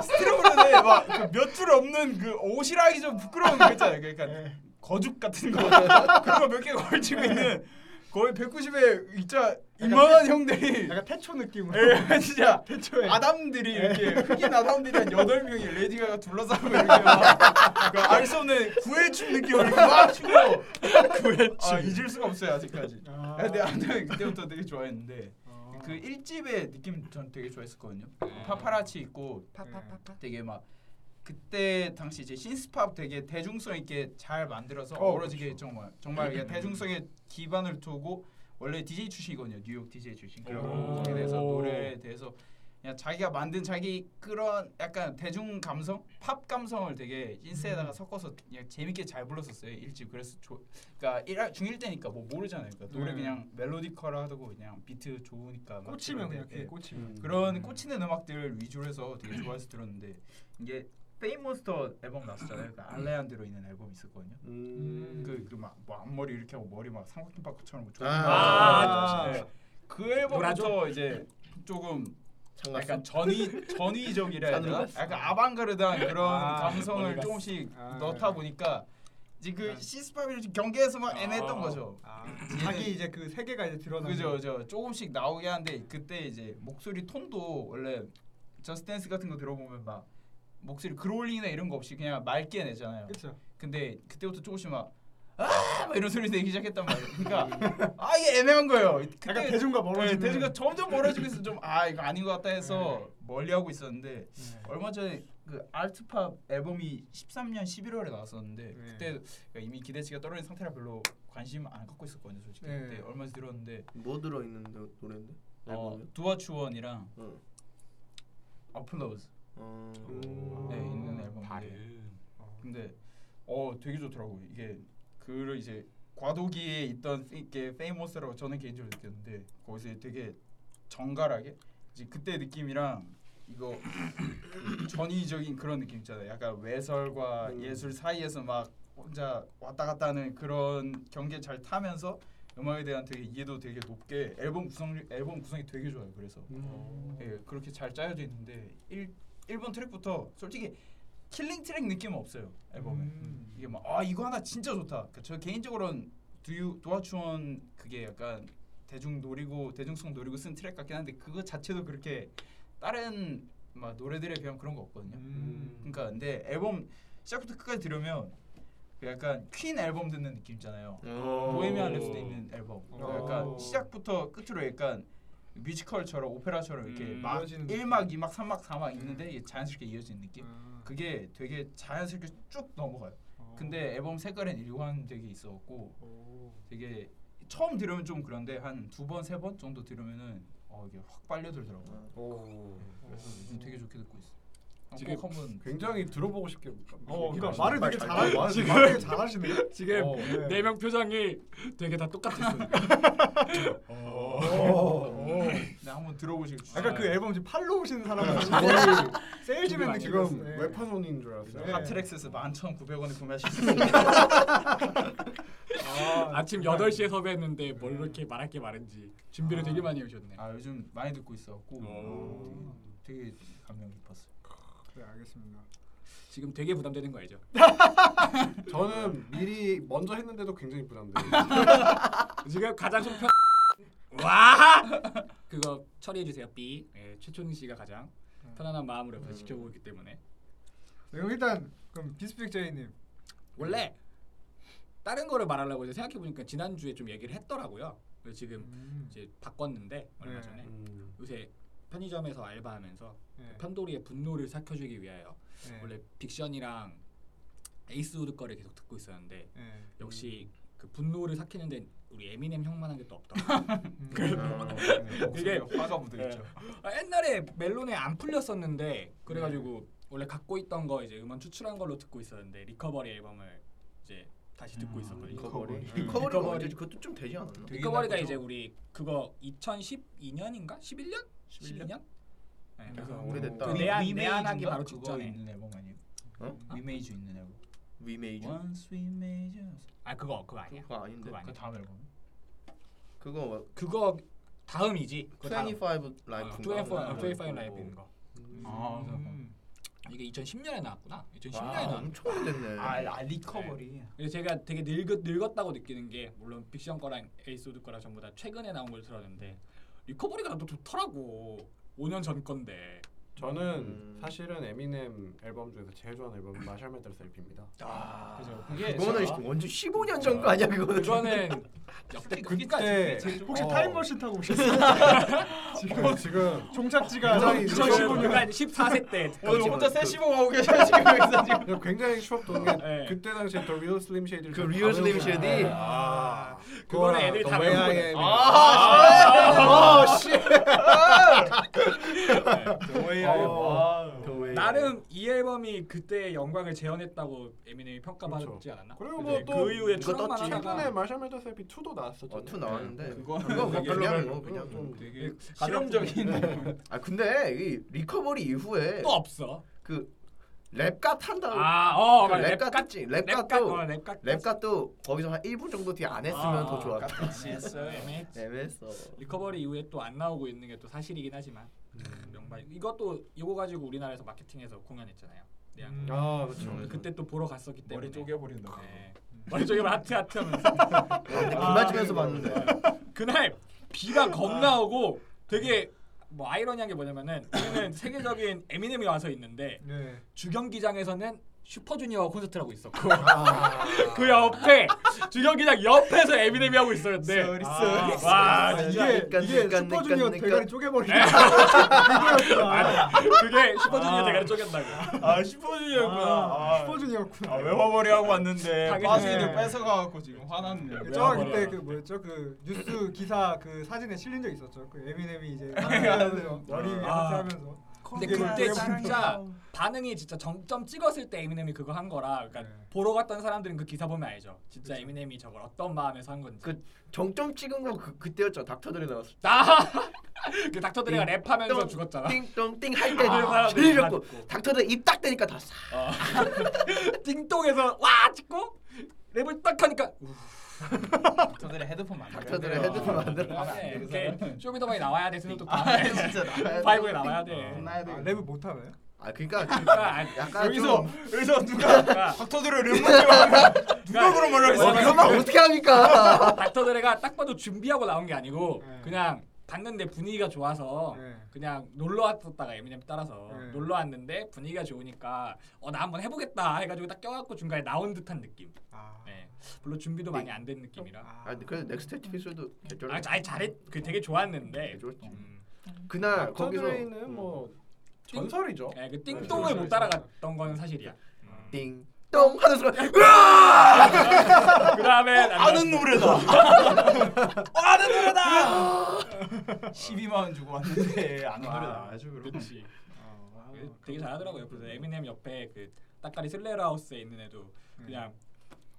Speaker 4: 스트랩으로 돼 막몇 줄 없는 그 옷이라기 좀 부끄러운 거 있잖아요. 그러니까
Speaker 1: 예.
Speaker 4: 거죽 같은 거 그런 거 몇 개
Speaker 1: 네.
Speaker 4: 걸치고 있는 거의 190에 진짜 이만한 형들이
Speaker 1: 약간 태초 느낌으로.
Speaker 4: 예, 진짜
Speaker 1: 태초에. 네.
Speaker 4: 아담들이 이렇게 흑인 아담들이 한 여덟 명이 레디가가 둘러싸고 이렇게 그 막알수 없는 구애춤 느낌으로 이렇게 막 추고 구애춤 아, 잊을 수가 없어요 아직까지. 네,
Speaker 1: 아.
Speaker 4: 근데 아담이 그때부터 되게 좋아했는데
Speaker 1: 어.
Speaker 4: 그 1집의 느낌 전 되게 좋아했었거든요.
Speaker 2: 네.
Speaker 4: 그 파파라치 있고
Speaker 1: 파파파파.
Speaker 4: 되게 막 그때 당시 이제 신스팝 되게 대중성 있게 잘 만들어서
Speaker 5: 어,
Speaker 4: 어, 우러지게
Speaker 1: 그렇죠.
Speaker 4: 정말 정말
Speaker 1: 음.
Speaker 4: 그냥 대중성에 기반을 두고 원래 DJ 출신이거든요 뉴욕 DJ 출신
Speaker 2: 오.
Speaker 4: 그리고 거기에 대해서 노래에 대해서 그냥 자기가 만든 자기 그런 약간 대중 감성 팝 감성을 되게
Speaker 1: 음.
Speaker 4: 인스에다가 섞어서 그냥 재밌게 잘 불렀었어요 일집 그래서 조, 그러니까 일, 중일 때니까 뭐 모르잖아요 그러니까 노래
Speaker 1: 네.
Speaker 4: 그냥 멜로디컬하고 그냥 비트 좋으니까 막
Speaker 1: 꽂히면 그냥
Speaker 4: 그런데,
Speaker 1: 그게
Speaker 4: 예.
Speaker 1: 꽂히면.
Speaker 5: 음.
Speaker 4: 그런 꽂히는 음악들을 위주로 해서 되게 좋아해서 들었는데 이게 페이몬스터 앨범 나왔잖아요. 그 알레한드로 있는 앨범이 있었거든요.
Speaker 5: 음.
Speaker 4: 그그막 뭐 앞머리 이렇게 하고 머리 막 삼각김밥처럼 뭐
Speaker 3: 아.
Speaker 1: 아,
Speaker 4: 네. 그 앨범부터 이제 조금
Speaker 3: 장갑
Speaker 4: 약간 전위 전위적이라 해야 되나?
Speaker 3: 장갑.
Speaker 4: 약간 아방가르드한 그런
Speaker 1: 아,
Speaker 4: 감성을
Speaker 2: 머리가
Speaker 4: 조금씩
Speaker 1: 아.
Speaker 4: 넣다 보니까 이제 그 시스팝이 경계에서 막 애매했던
Speaker 2: 아.
Speaker 4: 거죠.
Speaker 1: 아, 자기 이제 그 세계가 이제 드러나.
Speaker 4: 음. 그렇죠. 그죠, 그죠. 조금씩 나오게 하는데 그때 이제 목소리 톤도 원래 저스댄스 같은 거 들어보면 막 목소리 그롤링이나 이런 거 없이 그냥 맑게 내잖아요.
Speaker 1: 그렇죠.
Speaker 4: 근데 그때부터 조금씩 막 아! 막 이런 소리 내기 시작했단 말이에요. 그러니까 아 이게 애매한 거예요. 그때
Speaker 1: 약간 대중과 멀어지는.
Speaker 4: 네, 대중과 점점 멀어지고 있어. 좀 아 이거 아닌 것 같다 해서 멀리하고 있었는데
Speaker 1: 네.
Speaker 4: 얼마 전에 그 알트팝 앨범이 13년 11월에 나왔었는데
Speaker 1: 네.
Speaker 4: 그때 그러니까 이미 기대치가 떨어진 상태라 별로 관심 안 갖고 있었거든요, 솔직히.
Speaker 1: 네.
Speaker 4: 그때 얼마 전에 들었는데
Speaker 3: 뭐 들어 있는데 노래인데?
Speaker 4: 어,
Speaker 3: 앨범이?
Speaker 4: 두어추원이랑
Speaker 3: 응.
Speaker 4: 어플로즈
Speaker 5: 음.
Speaker 4: 네 있는 앨범.
Speaker 2: 발음.
Speaker 4: 근데 어 되게 좋더라고 이게 그 이제 과도기에 있던 이게 페이머스라고 저는 개인적으로 느꼈는데 거기서 되게 정갈하게 이제 그때 느낌이랑 이거 그 전위적인 그런 느낌 있잖아 약간 외설과
Speaker 5: 음.
Speaker 4: 예술 사이에서 막 혼자 왔다 갔다 하는 그런 경계 잘 타면서 음악에 대한 되게 이해도 되게 높게 앨범 구성 앨범 구성이 되게 좋아요 그래서 예, 그렇게 잘 짜여져 있는데 1 1번 트랙부터 솔직히 킬링 트랙 느낌은 없어요 앨범에
Speaker 1: 음.
Speaker 4: 이게 막 아 이거 하나 진짜 좋다 그저 개인적으로는 두유 도화추원 그게 약간 대중 노리고 대중성 노리고 쓴 트랙 같긴 한데 그거 자체도 그렇게 다른 막 노래들에 비하면 그런 거 없거든요
Speaker 1: 음.
Speaker 4: 그러니까 근데 앨범 시작부터 끝까지 들으면 그 약간 퀸 앨범 듣는 느낌 있잖아요
Speaker 2: 어.
Speaker 4: 보헤미안 랩소디 있는 앨범. 그러니까
Speaker 1: 오.
Speaker 4: 약간 시작부터 끝으로 약간 뮤지컬처럼 오페라처럼 이렇게
Speaker 2: 음,
Speaker 4: 막
Speaker 1: 이어지는
Speaker 4: 1막,
Speaker 1: 느낌.
Speaker 4: 2막, 3막, 4막 있는데 이게 자연스럽게 이어지는 느낌.
Speaker 1: 음.
Speaker 4: 그게 되게 자연스럽게 쭉 넘어가요. 음.
Speaker 1: 아,
Speaker 4: 근데 앨범 색깔엔 일관 되게 있었고 되게 처음 들으면 좀 그런데 한 두 번 세 번 정도 들으면은 어 이게 확 빨려들더라고요. 네, 그래서 요즘 되게 좋게 듣고 있어요. 어,
Speaker 2: 지금
Speaker 4: 꼭 한번
Speaker 1: 그
Speaker 5: 굉장히
Speaker 1: 아,
Speaker 5: 들어보고 싶게.
Speaker 1: 어,
Speaker 5: 얘기를
Speaker 1: 그러니까 말을
Speaker 5: 하시네.
Speaker 1: 되게 잘하
Speaker 5: 말 잘-
Speaker 1: 지금 말을 되게 잘하시네.
Speaker 2: 지금
Speaker 5: 어,
Speaker 1: 네.
Speaker 2: 네 명 표정이 되게 다 똑같았어.
Speaker 5: 어.
Speaker 4: 네, 한번 들어보시길
Speaker 1: 약간
Speaker 4: 추천해요.
Speaker 1: 그 앨범 지금 팔로 오시는 사람은 세일즈맨 느낌.
Speaker 5: 지금
Speaker 1: 네.
Speaker 5: 웹파손인 줄 알았어요. 예.
Speaker 1: 네.
Speaker 4: 하트렉스에서 11,900원에 구매하실 수 있습니다.
Speaker 1: 아,
Speaker 2: <laughs> 아침 8시에 섭외했는데 뭘 이렇게 말할 게 많은지 준비를
Speaker 4: 아.
Speaker 2: 되게 많이 해주셨네.
Speaker 4: 아 요즘 많이 듣고 있었고 음,
Speaker 2: 오.
Speaker 4: 되게, 되게 감명
Speaker 2: <laughs>
Speaker 4: 깊었어요.
Speaker 1: 네, 알겠습니다.
Speaker 2: 지금 되게 부담되는 거 알죠?
Speaker 5: 저는 미리 먼저 했는데도 굉장히
Speaker 1: <laughs>
Speaker 5: 부담돼요.
Speaker 2: 지금 가장 <laughs> 손편 와 그거 처리해 주세요. B 예, 최촌 씨가 가장
Speaker 1: 음.
Speaker 2: 편안한 마음으로 옆에서 지켜보고 있기 때문에
Speaker 1: 네, 그럼 일단 그럼 비스픽 제이님.
Speaker 2: 원래 다른 거를 말하려고 이제 생각해 보니까 지난 주에 좀 얘기를 했더라고요. 그래서 지금
Speaker 1: 음.
Speaker 2: 이제 바꿨는데 얼마
Speaker 1: 네.
Speaker 2: 전에
Speaker 5: 음.
Speaker 2: 요새 편의점에서 알바하면서
Speaker 1: 네.
Speaker 2: 편도리의 분노를 삭혀주기 위하여
Speaker 1: 네.
Speaker 2: 원래 빅션이랑 에이스우드 거를 계속 듣고 있었는데
Speaker 1: 네.
Speaker 2: 역시 그 분노를 삭히는데 우리 에미넴 형만한 게 또 없더라.
Speaker 1: 음.
Speaker 3: 아,
Speaker 4: 네, 목소리에
Speaker 2: 그
Speaker 4: 화가 묻어 있죠.
Speaker 2: <laughs> 아, 옛날에 멜론에 안 풀렸었는데 그래가지고 원래 갖고 있던 거 이제 음원 추출한 걸로 듣고 있었는데 리커버리 앨범을 이제 다시 듣고
Speaker 4: 음,
Speaker 2: 있었거든요.
Speaker 3: 리커버리.
Speaker 4: 리커버리.
Speaker 3: 리커버리가
Speaker 2: 리커버리.
Speaker 3: 언제지? 그것도 좀 되지 않았나?
Speaker 4: 되게
Speaker 2: 리커버리가
Speaker 4: 옛날 거죠?
Speaker 2: 이제 우리 그거 2012년인가 11년?
Speaker 4: 11년?
Speaker 2: 11년? 네, 그래서
Speaker 3: 아, 오래됐다.
Speaker 2: 그
Speaker 3: 위-
Speaker 2: 내한
Speaker 4: 위메이즈인가?
Speaker 2: 내한하기 바로
Speaker 4: 그거 예.
Speaker 2: 직전에
Speaker 4: 있는 네, 앨범 아니에요?
Speaker 3: 어?
Speaker 4: 위메이즈 있는 앨범.
Speaker 3: 위메이저?
Speaker 4: Once we made you.
Speaker 2: 아 그거 그거 아니야.
Speaker 3: 그거 아닌데.
Speaker 2: 뭐? 그거 아니야.
Speaker 4: 그 다음 앨범.
Speaker 3: 그거 뭐
Speaker 2: 그거 다음이지. 그거 다음.
Speaker 3: 25 라이프.
Speaker 2: 25 어,
Speaker 3: 네,
Speaker 2: 25 라이브인 거.
Speaker 4: 아,
Speaker 1: 음.
Speaker 2: 이게 2010년에 나왔구나. 2010년에
Speaker 3: 와
Speaker 2: 나왔.
Speaker 3: 엄청 오래됐네.
Speaker 4: 아 리커버리.
Speaker 2: 그래서 제가 되게 늙었 늙었다고 느끼는 게 물론 빅션 거랑 에이소드 거랑 전부 다 최근에 나온 걸 들었는데 리커버리가 또 좋더라고. 5년 전 건데.
Speaker 5: 저는
Speaker 3: 음.
Speaker 5: 사실은 에미넴 앨범 중에서 제일 좋아하는 앨범은 마샬 메탈 셀프입니다.
Speaker 2: 아.
Speaker 4: 그죠. 그게
Speaker 3: 그거는
Speaker 4: 제가
Speaker 3: 완전 15년 전 거 아니야 그거는?
Speaker 2: 그거는 역대
Speaker 4: 그게
Speaker 2: 끝까지.
Speaker 1: 혹시
Speaker 5: 어.
Speaker 1: 타임머신 타고
Speaker 5: <laughs>
Speaker 1: 오셨어요? <laughs>
Speaker 5: 지금 지금
Speaker 1: 종착지가
Speaker 5: 굉장히
Speaker 1: 2015년.
Speaker 2: 그러니까 14세 때.
Speaker 4: 오늘 혼자
Speaker 3: 그-
Speaker 4: 세시봉 하고 계셔 지금 여기서 지금.
Speaker 5: 그냥 음. 굉장히 추억
Speaker 2: 네.
Speaker 5: 돋는 게 그때 당시에 더 리얼 슬림 쉐이드를
Speaker 3: 그 리얼 슬림 쉐디.
Speaker 5: 아,
Speaker 2: 그거는 애들이 다 외우고
Speaker 5: 아, 씨.
Speaker 4: 네,
Speaker 3: 네.
Speaker 2: 어.
Speaker 3: 그
Speaker 2: 나름 이 앨범이 그때의 영광을 재현했다고 에미넴이 평가받지
Speaker 5: 그렇죠.
Speaker 2: 않았나?
Speaker 5: 그리고
Speaker 2: 근데
Speaker 5: 뭐또
Speaker 2: 그 이후에
Speaker 3: 이거
Speaker 2: 추억만
Speaker 3: 떴지.
Speaker 2: 하다가
Speaker 5: 최근에 마샬 메탈 셀프 2도 나왔었잖아요.
Speaker 3: 어투 나왔는데
Speaker 4: 그거-
Speaker 3: 그거
Speaker 2: 되게
Speaker 3: 그냥
Speaker 5: 별로
Speaker 3: 뭐 그냥
Speaker 5: 좀
Speaker 3: 좀.
Speaker 4: 되게
Speaker 2: 네.
Speaker 4: <laughs> 실험적인 네.
Speaker 3: 아 근데 이 리커버리 이후에
Speaker 2: 또 없어.
Speaker 3: 그 랩가 탄다.
Speaker 2: 아, 어,
Speaker 3: 그
Speaker 2: 맞아.
Speaker 3: 랩가 지
Speaker 2: 랩가,
Speaker 3: 랩가도
Speaker 2: 어, 랩가,
Speaker 3: 랩가도 거기서 한 1분 정도 뒤에 안 했으면
Speaker 2: 아, 음,
Speaker 3: 더 좋았다. 네.
Speaker 4: 했어요.
Speaker 3: 애매했어.
Speaker 2: 리커버리 이후에 또 안 나오고 있는 게 또 사실이긴 하지만 음, 명반 이것도 이거 가지고 우리나라에서 마케팅에서 공연했잖아요. 네,
Speaker 1: 음.
Speaker 5: 아, 그렇죠.
Speaker 3: 음.
Speaker 2: 그때 또 보러 갔었기 때문에
Speaker 4: 머리 쪼개버린다고.
Speaker 2: 네. 머리 쪼개면 하트 하트 하면서
Speaker 3: 근데
Speaker 2: 아,
Speaker 3: 비만 집에서 봤는데.
Speaker 2: 그날 비가 겁나 오고 되게 뭐 아이러니한 게 뭐냐면은 우리는 세계적인 에미넴이 와서 있는데
Speaker 1: 네.
Speaker 2: 주경기장에서는 슈퍼주니어 콘서트라고 있었고 <laughs> 그 옆에 주경기장 옆에서 에미넴이 하고 있었는데
Speaker 4: 쏘리,
Speaker 2: 아,
Speaker 4: 쏘리,
Speaker 2: 와
Speaker 1: 아,
Speaker 2: 진짜
Speaker 1: 이게
Speaker 3: 그러니까,
Speaker 1: 이게
Speaker 3: 그러니까,
Speaker 1: 슈퍼주니어
Speaker 3: 그러니까.
Speaker 1: 대가리 쪼개버리는 <laughs>
Speaker 2: 아니, 그게 슈퍼주니어 대가리 쪼갠다고
Speaker 4: 아 슈퍼주니어였구나.
Speaker 1: 아,
Speaker 4: 아,
Speaker 1: 슈퍼주니어구나.
Speaker 4: 외워버리 하고 왔는데
Speaker 2: 당연히.
Speaker 4: 빠지기들 뺏어가갖고 지금 화났네.
Speaker 2: 왜
Speaker 1: 저
Speaker 2: 안
Speaker 1: 그때
Speaker 2: 봐요?
Speaker 1: 그 뭐였죠 그 뉴스 기사 그 사진에 실린 적 있었죠 그 에미넴이 이제 머리 위에
Speaker 2: 아.
Speaker 1: 하면서
Speaker 2: 근데
Speaker 1: 이게
Speaker 2: 그때
Speaker 1: 왜
Speaker 2: 진짜 반응이 진짜 정점 찍었을 때 에미넴이 그거 한 거라 그러니까
Speaker 1: 네.
Speaker 2: 보러 갔던 사람들은 그 기사 보면 알죠 진짜 에미넴이 저걸 어떤 마음에서 한 건지
Speaker 3: 그- 정점 찍은 거 그, 그때였죠. 닥터들이 나왔을
Speaker 2: 나그 <laughs> 닥터들이가 랩하면서
Speaker 3: 띵동,
Speaker 2: 죽었잖아
Speaker 3: 때. 띵똥띵 할 때.
Speaker 2: 아,
Speaker 3: 제일
Speaker 2: 다
Speaker 3: 좋고.
Speaker 2: 듣고.
Speaker 3: 닥터들 입 딱 대니까 다 싹.
Speaker 2: 어. 띵동에서 와 찍고 랩을 딱 하니까
Speaker 4: 저들의 헤드폰 만.
Speaker 3: 닥터들의 헤드폰 만들어.
Speaker 2: 네, 이렇게 쇼미더머니 나와야 돼 생각도 다
Speaker 4: 아
Speaker 3: 네.
Speaker 4: 진짜 나야 돼.
Speaker 2: 파이브에 나와야 돼.
Speaker 4: 나야 돼.
Speaker 1: 아, 랩을 못 하나요?
Speaker 3: 아 그러니까 그-
Speaker 2: 그러니까 아니,
Speaker 3: 약간
Speaker 4: 여기서
Speaker 3: 좀 어,
Speaker 4: 여기서 누가
Speaker 2: 그러니까
Speaker 4: 닥터들의 랩몬이랑 <laughs> 누가 그런 말을
Speaker 3: 어,
Speaker 4: 네. 했어?
Speaker 3: 그런 말 어떻게
Speaker 2: <laughs>
Speaker 3: 합니까?
Speaker 2: 닥터드레가 딱 봐도 준비하고 나온 게 아니고
Speaker 1: 네.
Speaker 2: 그냥 갔는데 분위기가 좋아서
Speaker 1: 네.
Speaker 2: 그냥 놀러 왔었다가 에미넴 따라서
Speaker 1: 네.
Speaker 2: 놀러 왔는데 분위기가 좋으니까 어 나 한번 해보겠다 해가지고 딱 껴갖고 중간에 나온 듯한 느낌.
Speaker 1: 아,
Speaker 2: 네. 물론 준비도 많이 안 된 느낌이라.
Speaker 1: 아.
Speaker 3: 아 그래서 넥스트 에피소드도 개쩔.
Speaker 2: 아, 아 잘했. 그 되게 좋았는데.
Speaker 3: 개쩔지.
Speaker 2: 음.
Speaker 3: 그날 거기서
Speaker 5: 닥터드레이는 아, 뭐 전설이죠.
Speaker 2: 네, 그 띵동을 못 따라갔던 건 사실이야.
Speaker 3: 띵똥 음, 하는 순간 으아!
Speaker 2: 그 다음에
Speaker 4: 아는 <laughs> 노래다. 어, 아는 노래다. 12만 원 주고 왔는데 아는 노래다. 아주 그렇
Speaker 2: 그렇지.
Speaker 1: 어, 네.
Speaker 2: 되게 잘하더라고요. 그래서 에미넴 옆에 그 따까리 슬레라우스에 있는 애도 그냥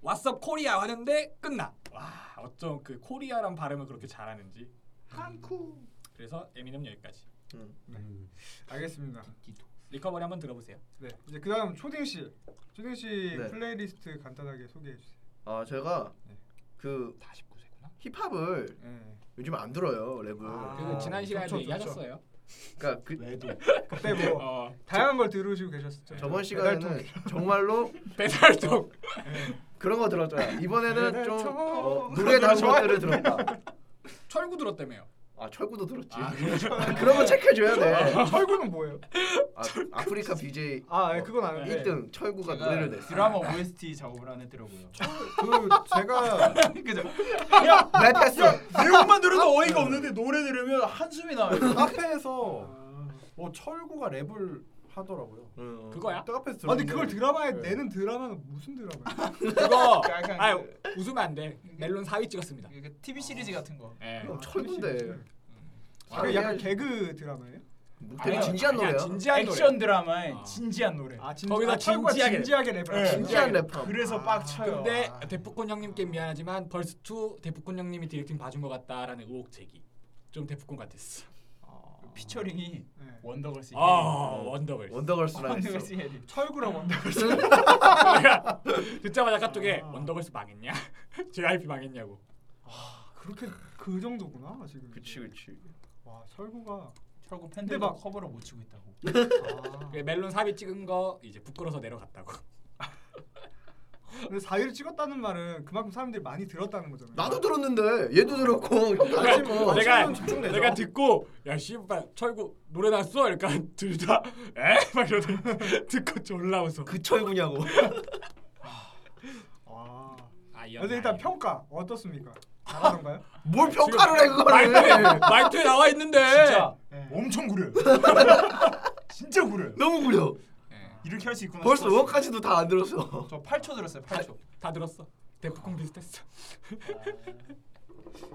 Speaker 2: What's up 코리아 하는데 끝나. 와 어쩜 그 코리아란 발음을 그렇게 잘하는지.
Speaker 4: 한쿠.
Speaker 2: 그래서 에미넴 여기까지.
Speaker 5: 음.
Speaker 1: 알겠습니다.
Speaker 2: 리커버리 한번 들어보세요.
Speaker 1: 네 이제 그다음 초딩 씨 초딩 씨
Speaker 3: 네.
Speaker 1: 플레이리스트 간단하게 소개해 주세요.
Speaker 3: 아 제가 그
Speaker 2: 49세구나.
Speaker 3: 힙합을
Speaker 1: 네.
Speaker 3: 요즘 안 들어요 랩을.
Speaker 1: 아.
Speaker 2: 그 지난 시간에도
Speaker 1: 좋죠,
Speaker 2: 얘기하셨어요.
Speaker 3: 그러니까 그
Speaker 1: 그때 뭐
Speaker 2: 어
Speaker 1: 다양한 걸 들으시고 계셨었죠.
Speaker 3: 네. 저번
Speaker 1: 배달통.
Speaker 3: 시간에는 정말로
Speaker 2: 배달통.
Speaker 3: 그런 거 들었잖아. 이번에는 좀
Speaker 1: 배달통.
Speaker 3: 어, 노래 다른 것들을 들었다.
Speaker 2: 철구 들었다며요.
Speaker 3: 아 철구도 들었지.
Speaker 2: 아,
Speaker 3: 그런 거 체크해줘야 돼.
Speaker 1: 철구는 뭐예요?
Speaker 3: 아, 아프리카 네, BJ
Speaker 1: 아 예, 그건 아는데
Speaker 3: 1등 철구가 노래를
Speaker 4: <laughs>
Speaker 3: 냈어.
Speaker 4: 드라마 OST 작업을 안 했더라고요.
Speaker 1: 그 제가
Speaker 4: <laughs> 그죠? 네.
Speaker 3: 랩했어.
Speaker 4: 내용만 들어도 어이가 없는데 노래 들으면 한숨이 나요.
Speaker 5: 카페에서
Speaker 1: 아.
Speaker 5: 뭐 철구가 랩을 하더라고요.
Speaker 3: 어.
Speaker 2: 그거야?
Speaker 5: 딱 앞에서
Speaker 1: 아니 그걸
Speaker 5: 들었는데
Speaker 1: 드라마에
Speaker 5: 네.
Speaker 1: 내는 드라마는 무슨 드라마야? <laughs>
Speaker 2: 그거.
Speaker 4: 약간
Speaker 2: 아
Speaker 4: 그-
Speaker 2: 웃으면 안 돼. 멜론 4위 찍었습니다.
Speaker 4: 그 TV 시리즈 같은 거.
Speaker 2: 예.
Speaker 3: 그럼 네. 철구인데. 아,
Speaker 1: 그 약간 개그 드라마예요?
Speaker 3: 되게
Speaker 4: 아니야,
Speaker 3: 진지한
Speaker 2: 아니야,
Speaker 3: 노래야.
Speaker 2: 진지한 노래.
Speaker 4: 액션 드라마의
Speaker 2: 아.
Speaker 4: 진지한 노래.
Speaker 1: 아 진,
Speaker 2: 거기다
Speaker 1: 아, 철구가
Speaker 2: 진지하게
Speaker 1: 진지하게 랩을
Speaker 4: 네.
Speaker 1: 하는
Speaker 3: 진지한
Speaker 1: 거예요?
Speaker 3: 랩.
Speaker 4: 그래서
Speaker 1: 아,
Speaker 4: 빡쳐요.
Speaker 2: 근데 데프콘 형님께 미안하지만 벌스 2 데프콘 형님이 디렉팅 봐준 것 같다라는 의혹 제기. 좀 데프콘 같았어.
Speaker 4: 아, 피처링이
Speaker 1: 네.
Speaker 4: 원더걸스.
Speaker 2: 아 원더걸스.
Speaker 3: 원더걸스랑 했어.
Speaker 4: 원더걸스 해리.
Speaker 1: 철구랑 원더걸스
Speaker 2: <laughs> 듣자마자 카톡에 원더걸스 망했냐? <laughs> JYP 망했냐고.
Speaker 1: <laughs> 그렇게 그 정도구나 지금.
Speaker 3: 그치 그치.
Speaker 1: 와 철구가
Speaker 4: 철구
Speaker 1: 근데
Speaker 4: 팬들도
Speaker 1: 막-
Speaker 4: 커버를 못 치고 있다고.
Speaker 1: 아.
Speaker 2: 그 멜론 삽입 찍은 거 이제 부끄러서 내려갔다고.
Speaker 1: 근데 4위를 찍었다는 말은 그만큼 사람들이 많이 들었다는 거잖아요.
Speaker 3: 나도 들었는데 얘도 들었고 형도 같이 뭐.
Speaker 2: <laughs> 내가
Speaker 5: 집중되죠.
Speaker 2: 내가 듣고 야 씨발 철구 노래 났어? 그러니까 둘다에막 이러다 <laughs> 듣고 졸라 웃어.
Speaker 3: 그 철구냐고.
Speaker 1: 아.
Speaker 2: 아 이연.
Speaker 1: 그래서 일단 평가 어떻습니까?
Speaker 3: <laughs>
Speaker 1: 잘하던가요?
Speaker 3: 뭘 평가를 해
Speaker 2: 말투에
Speaker 3: 그거를.
Speaker 2: 말투에 나와 있는데.
Speaker 4: 진짜
Speaker 1: 네.
Speaker 4: 엄청 구려. 진짜 구려.
Speaker 3: 너무 구려.
Speaker 2: 예,
Speaker 4: 이렇게 할 수 있구나.
Speaker 3: 벌써
Speaker 4: 싶었어요.
Speaker 3: 원까지도 다 안 들었어.
Speaker 4: 저 8초 들었어요. 8초.
Speaker 2: 다 들었어. 데프콘 비슷했어.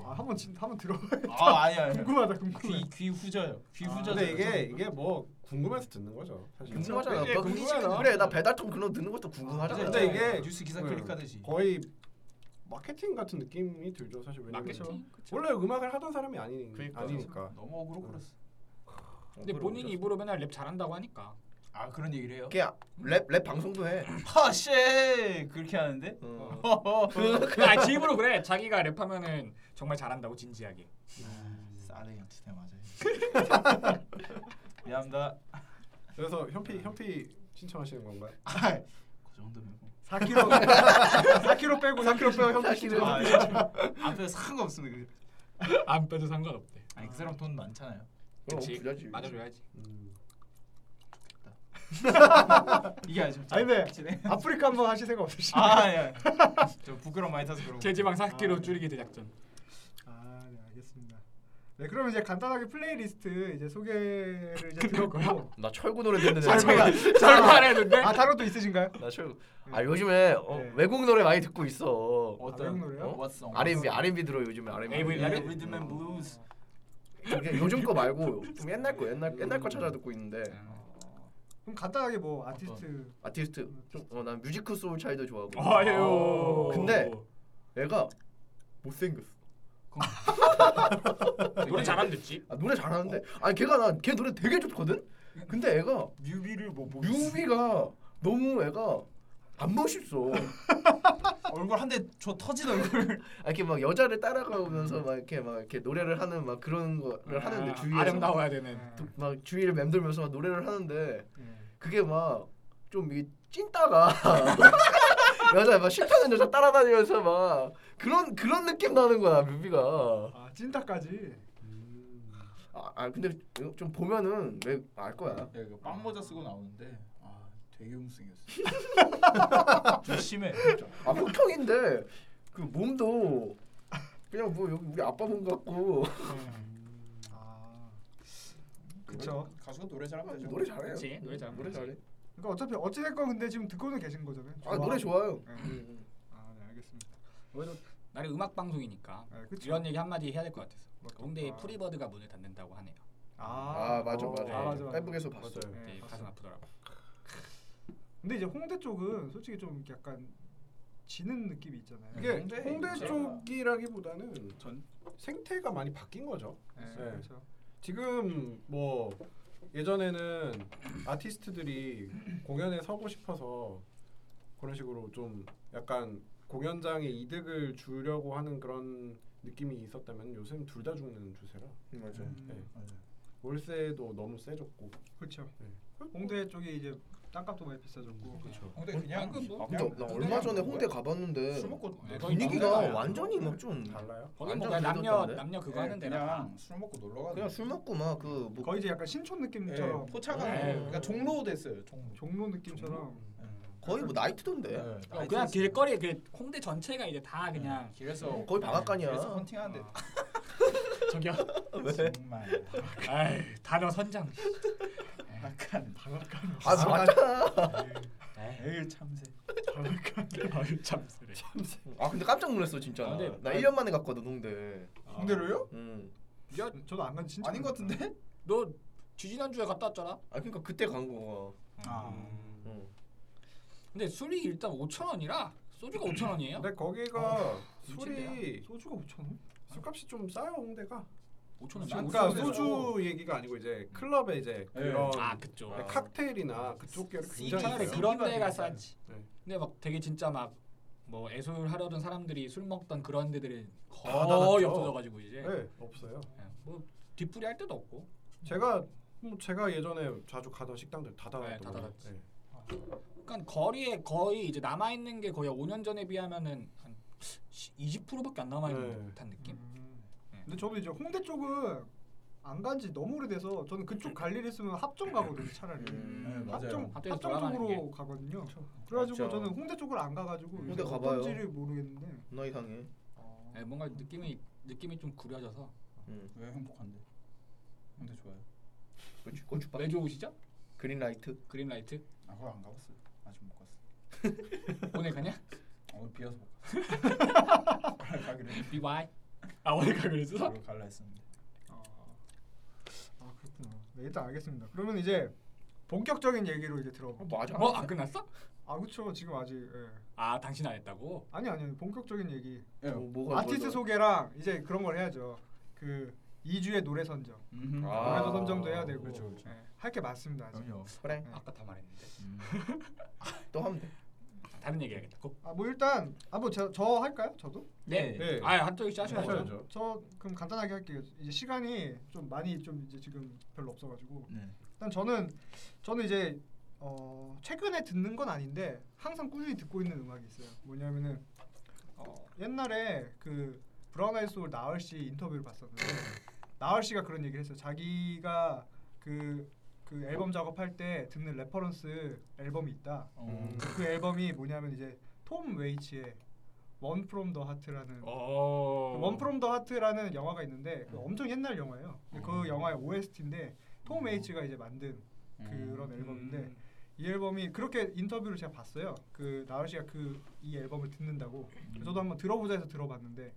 Speaker 1: 아, 한번 진 한번 들어.
Speaker 4: 아 아니야.
Speaker 3: 네.
Speaker 1: <laughs>
Speaker 4: 아니야.
Speaker 1: 궁금하다 궁금해.
Speaker 4: 귀귀 후져요. 귀
Speaker 1: 아,
Speaker 4: 후져.
Speaker 5: 근데 이게 이게 뭐 궁금해서 듣는 거죠. 사실.
Speaker 3: 궁금하잖아.
Speaker 1: 예,
Speaker 3: 너
Speaker 1: 궁금하다.
Speaker 3: 그래 나 배달통 그런 거 듣는 것도 궁금하잖아. 어,
Speaker 4: 근데
Speaker 5: 근데
Speaker 4: 이게
Speaker 5: 이게
Speaker 4: 뉴스 기사
Speaker 5: 네.
Speaker 4: 클릭하듯이.
Speaker 5: 거의 마케팅 같은 느낌이 들죠 사실 왜냐면
Speaker 2: 마케팅? 아, 그렇죠. 그쵸.
Speaker 5: 원래 음악을 하던 사람이 아니,
Speaker 3: 그러니까.
Speaker 5: 아니니까
Speaker 4: 너무 억울로 끌었어.
Speaker 2: 근데 본인 입으로 맨날 랩 잘한다고 하니까.
Speaker 4: 아 그런 얘기를 해요? <laughs>
Speaker 3: 랩랩 방송도 해.
Speaker 4: 파쉐 그렇게 하는데.
Speaker 3: 어.
Speaker 2: 아 집으로 그래. 자기가 랩하면은 정말 잘한다고 진지하게.
Speaker 4: 싸대기 한테 맞아요. 미안합니다.
Speaker 5: 그래서 현피 현피 신청하시는 건가요?
Speaker 4: 그 정도면 뭐.
Speaker 1: 4kg 4kg 아, 빼고 4kg 빼고 형
Speaker 3: 사실은
Speaker 4: 아, 예. 앞에 상관없습니다. 그-
Speaker 2: 안 빼도 상관없대.
Speaker 3: 어,
Speaker 4: 아니 그 사람 돈 많잖아요.
Speaker 2: 그렇지.
Speaker 3: 부자지.
Speaker 2: 맞아줘야지.
Speaker 5: 음.
Speaker 4: 이게 아니죠.
Speaker 1: 아니, 근데-
Speaker 4: 진행.
Speaker 1: <laughs> 아프리카 한번 하실 생각 없으신가요?
Speaker 4: 아 예. 저 부끄럼 많이 타서 그런 거.
Speaker 2: 체지방 4kg
Speaker 4: 아,
Speaker 2: 줄이기 대작전.
Speaker 1: 아, 네, 알겠습니다. 네, 그럼 이제 간단하게 플레이리스트 이제 소개를
Speaker 3: <laughs>
Speaker 1: 이제 들었고
Speaker 3: 나 철구 노래
Speaker 2: <laughs>
Speaker 3: 듣는데
Speaker 1: 아, 잠깐.
Speaker 2: 절판했는데.
Speaker 1: 아, 다른 것도 있으신가요?
Speaker 3: 나 철구 아 요즘에 어,
Speaker 1: 네.
Speaker 3: 외국 노래 많이 듣고 있어
Speaker 1: 아, 외국 노래요?
Speaker 4: What song?
Speaker 3: R&B R&B 들어 요즘에 R&B
Speaker 2: 에이브리
Speaker 4: 예,
Speaker 2: 라빈?
Speaker 4: Rhythm and Blues.
Speaker 3: 그러니까 요즘 거 말고 좀 옛날 거 옛날 옛날 거 찾아 듣고 있는데
Speaker 2: 네.
Speaker 1: 그럼 간단하게 뭐 아티스트
Speaker 3: 음. 아티스트 좀어난 뮤지크 소울 차이도 좋아하고
Speaker 2: 아유.
Speaker 3: 근데 얘가 못생겼어
Speaker 2: 노래 잘안 듣지?
Speaker 3: 아, 노래 잘하는데 아니 걔가 나 걔 노래 되게 좋거든 근데 얘가
Speaker 4: 뮤비를 뭐 보고 있어.
Speaker 3: 뮤비가 너무 애가 안 멋있어
Speaker 4: 얼굴 한 대 저 터진 얼굴.
Speaker 3: 아, 이렇게 막 여자를 따라가면서 막 이렇게 막 이렇게 노래를 하는 막 그런 거를 네, 하는데 주위에서
Speaker 2: 아, 아름다워야 되는.
Speaker 3: 두- 막 주위를 맴돌면서 막 노래를 하는데
Speaker 2: 예.
Speaker 1: 네.
Speaker 3: 그게 막좀 이게 찐따가 <laughs> 여자 막 싫다는 여자 따라다니면서 막 그런 그런 느낌 나는 거야 뮤비가
Speaker 1: 아, 찐따까지.
Speaker 3: 아, 아 근데 이거 좀 보면은 왜 알 거야
Speaker 4: 야, 이거 네, 그 빵 모자 쓰고 나오는데 아 되게 못생겼어. 좀 심해. 진짜.
Speaker 3: 아 호평인데 그 몸도 그냥 뭐 여기 우리 아빠 몸 같고
Speaker 1: 아. 그쵸.
Speaker 4: 가수가 노래 잘하면 되죠.
Speaker 3: 노래 잘해요
Speaker 2: 그치, 노래 잘하면
Speaker 3: 노래 잘해
Speaker 1: 그러니까 어차피 어찌 됐건 근데 지금 듣고는 계신 거잖아요.
Speaker 3: 아 노래 좋아요
Speaker 1: 네.
Speaker 3: 음.
Speaker 1: 아, 네, 알겠습니다.
Speaker 2: 그래도 나는 음악 방송이니까
Speaker 1: 네, 그쵸. 뭐
Speaker 2: 이런 얘기 한 마디 해야 될 것 같아서.
Speaker 1: 맞다.
Speaker 2: 홍대의 프리버드가 문을 닫는다고 하네요.
Speaker 3: 아 맞아
Speaker 1: 어,
Speaker 3: 맞아
Speaker 1: 아, 맞아. 맞아.
Speaker 3: 페북에서 봤어
Speaker 5: 맞아요.
Speaker 1: 네,
Speaker 2: 네,
Speaker 1: 봤어요.
Speaker 2: 가슴 아프더라고.
Speaker 1: 근데 이제 홍대 쪽은 솔직히 좀 약간 지는 느낌이 있잖아요.
Speaker 4: 네,
Speaker 1: 이게
Speaker 4: 홍대
Speaker 5: 홍대
Speaker 4: 진짜.
Speaker 5: 쪽이라기보다는
Speaker 4: 전
Speaker 5: 생태가 많이 바뀐 거죠.
Speaker 1: 네,
Speaker 5: 네.
Speaker 1: 그렇죠.
Speaker 5: 지금 뭐 예전에는 아티스트들이 공연에 서고 싶어서 그런 식으로 좀 약간 공연장에 이득을 주려고 하는 그런 느낌이 있었다면 요새는 둘 다 죽는 주세라.
Speaker 3: 맞아
Speaker 4: 네,
Speaker 1: 음,
Speaker 5: 월세도 너무 세졌고.
Speaker 1: 그렇죠.
Speaker 5: 네.
Speaker 1: 홍대 쪽이 이제 땅값도 많이 비싸졌고. 그렇죠.
Speaker 4: 홍대 그냥
Speaker 2: 방금 뭐-
Speaker 4: 아,
Speaker 3: 근데
Speaker 4: 그냥
Speaker 3: 나
Speaker 4: 그냥
Speaker 3: 얼마 전에
Speaker 4: 뭐야?
Speaker 3: 홍대 가봤는데
Speaker 4: 술 먹고
Speaker 2: 네, 거의
Speaker 3: 분위기가
Speaker 2: 남자가
Speaker 3: 완전히 막좀
Speaker 5: 달라요?
Speaker 2: 거기 뭐
Speaker 3: 완전
Speaker 2: 그냥 남녀
Speaker 3: 그랬던데?
Speaker 2: 남녀 네, 그거
Speaker 4: 예,
Speaker 2: 하는 데랑
Speaker 4: 그냥 술 먹고 놀러 가.
Speaker 3: 그냥 술 먹고 막그뭐
Speaker 1: 거의 이제 약간 신촌 느낌처럼
Speaker 4: 예, 포차가
Speaker 2: 네.
Speaker 4: 그러니까 종로 됐어요. 종로.
Speaker 1: 종로 느낌처럼
Speaker 5: 음.
Speaker 3: 거의 뭐 나이트던데
Speaker 4: 네.
Speaker 2: 그냥, 그냥 길거리 그 홍대 전체가 이제 다 그냥
Speaker 4: 길에서
Speaker 3: 거의 방앗간이야.
Speaker 4: 길에서 헌팅하는데 아,
Speaker 2: 저기요.
Speaker 4: 정말
Speaker 2: 음. <laughs>
Speaker 4: 네.
Speaker 2: 아이, 단어 선장. <laughs>
Speaker 4: 방앗간 네.
Speaker 3: 아 맞잖아
Speaker 4: 에이 참새.
Speaker 2: 아유 참 쓰레.
Speaker 3: 아 근데 깜짝 놀랐어 진짜
Speaker 2: 아, 근데-
Speaker 3: 나 1년 만에 갔거든 홍대
Speaker 4: 아, 홍대로요?
Speaker 3: 음아
Speaker 1: 야, 저도 안 간지 진짜
Speaker 4: 아닌 것 같은데?
Speaker 2: 너 지지난 주에 갔다 왔잖아.
Speaker 3: 그러니까 그때 간 거야
Speaker 4: 아.
Speaker 3: 응.
Speaker 2: 근데 술이 일단 5천 원이라 소주가 5천 원이에요.
Speaker 5: 근데 거기가
Speaker 1: 술이
Speaker 5: 술이
Speaker 1: 소주가 뭐 5천 원?
Speaker 5: 술값이 좀 싸요 홍대가.
Speaker 2: 5천 원.
Speaker 5: 그러니까
Speaker 4: 소주에서.
Speaker 5: 소주 얘기가 아니고 이제 클럽에 이제
Speaker 4: 네.
Speaker 5: 그런
Speaker 2: 아
Speaker 3: 어.
Speaker 2: 그쪽.
Speaker 5: 네, 칵테일이나 그쪽 계열 굉장히
Speaker 2: 차라리
Speaker 5: 있어요.
Speaker 2: 그런
Speaker 4: 소주가
Speaker 2: 데가
Speaker 4: 되게
Speaker 2: 싸지.
Speaker 5: 네.
Speaker 2: 근데 막 되게 진짜 막 뭐 애술 하려던 사람들이 술 먹던 그런 데들은 거의
Speaker 5: 닫았죠.
Speaker 2: 없어져가지고 이제
Speaker 5: 네, 없어요.
Speaker 2: 예, 뭐 뒷풀이 할 데도 없고
Speaker 5: 제가 뭐 제가 예전에 자주 가던 식당들 다
Speaker 2: 네, 다
Speaker 5: 닫았던 거예요.
Speaker 2: 닫았지. 그러니까 거리에 거의 이제 남아 있는 게 거의 5년 전에 비하면은 한 20%밖에 안 남아 있는
Speaker 5: 네.
Speaker 2: 듯한 느낌.
Speaker 1: 음. 근데 저도 이제 홍대 쪽은 안 간지 너무 오래돼서 저는 그쪽 갈 일 있으면 합정 가거든요 차라리.
Speaker 3: 음.
Speaker 4: 네, 맞아요.
Speaker 1: 합정
Speaker 2: 합정에서
Speaker 1: 합정
Speaker 2: 돌아가는
Speaker 1: 쪽으로 가거든요. 그래가지고
Speaker 3: 맞죠.
Speaker 1: 저는 홍대 쪽을 안 가가지고
Speaker 3: 홍대
Speaker 1: 요새
Speaker 3: 가봐요.
Speaker 1: 어떤지를 모르겠는데.
Speaker 3: 나 이상해
Speaker 2: 예, 뭔가 느낌이 느낌이 좀 구려져서
Speaker 5: 음.
Speaker 3: 응.
Speaker 4: 왜 행복한데? 홍대 좋아요.
Speaker 3: 고추 고추밥
Speaker 2: 왜 좋으시죠?
Speaker 3: 그린라이트
Speaker 2: 그린라이트
Speaker 4: 아 그거 안 가봤어요. 아직 못 갔어.
Speaker 2: 오늘
Speaker 5: <laughs>
Speaker 2: 가냐?
Speaker 4: 오늘 비어서 못 갔어. 원래 가기로 <laughs> 했는데
Speaker 2: 리바이 아 오늘 가 그랬어?
Speaker 4: 오늘 갈라 했었는데.
Speaker 1: 아, 아 그렇구나. 네, 일단 알겠습니다. 그러면 이제 본격적인 얘기로 이제 들어.
Speaker 3: 뭐
Speaker 5: 음.
Speaker 3: 아직 안
Speaker 2: 어? 안 끝났어?
Speaker 1: 아 그쵸 지금 아직. 예.
Speaker 2: 아 당신 안 했다고?
Speaker 1: 아니 아니 본격적인 얘기.
Speaker 4: 예.
Speaker 3: 뭐, 뭐가
Speaker 1: 아티스트
Speaker 3: 뭐가-
Speaker 1: 소개랑 이제 그런 걸 해야죠. 그 2주의 노래 선정.
Speaker 4: 음.
Speaker 3: 아.
Speaker 1: 노래도 선정도 해야 되고
Speaker 4: 그렇죠, 그렇죠.
Speaker 1: 할게 많습니다 아직.
Speaker 4: 그럼요.
Speaker 3: 그래
Speaker 1: 네.
Speaker 2: 아까 다 말했는데
Speaker 4: 음.
Speaker 3: 또 하면 돼
Speaker 2: 다른 얘기 하겠다고?
Speaker 1: 아뭐 일단 아뭐저 저 할까요? 저도?
Speaker 2: 네.
Speaker 5: 네.
Speaker 2: 아 한쪽씩 하셔야죠.
Speaker 5: 하셔야죠.
Speaker 1: 저 그럼 간단하게 할게요. 이제 시간이 좀 많이 좀 이제 지금 별로 없어가지고
Speaker 4: 네.
Speaker 1: 일단 저는 저는 이제 어 최근에 듣는 건 아닌데 항상 꾸준히 듣고 있는 음악이 있어요. 뭐냐면은 어 옛날에 그 브라운 아이 소울 나얼 씨 인터뷰를 봤었는데 나얼 씨가 그런 얘기를 했어요. 자기가 그 그 앨범 작업할 때 듣는 레퍼런스 앨범이 있다.
Speaker 5: 음.
Speaker 1: 그 앨범이 뭐냐면 이제 톰 웨이츠의 원 프롬 더 하트라는 그
Speaker 2: 어.
Speaker 1: 원 프롬 더 하트라는 영화가 있는데 그 엄청 옛날 영화예요. 근데 그 영화의 OST인데 톰 웨이츠가 이제 만든 그런 앨범인데 이 앨범이 그렇게 인터뷰를 제가 봤어요. 그 나얼 씨가 그 이 앨범을 듣는다고 그래서 저도 한번 들어보자 해서 들어봤는데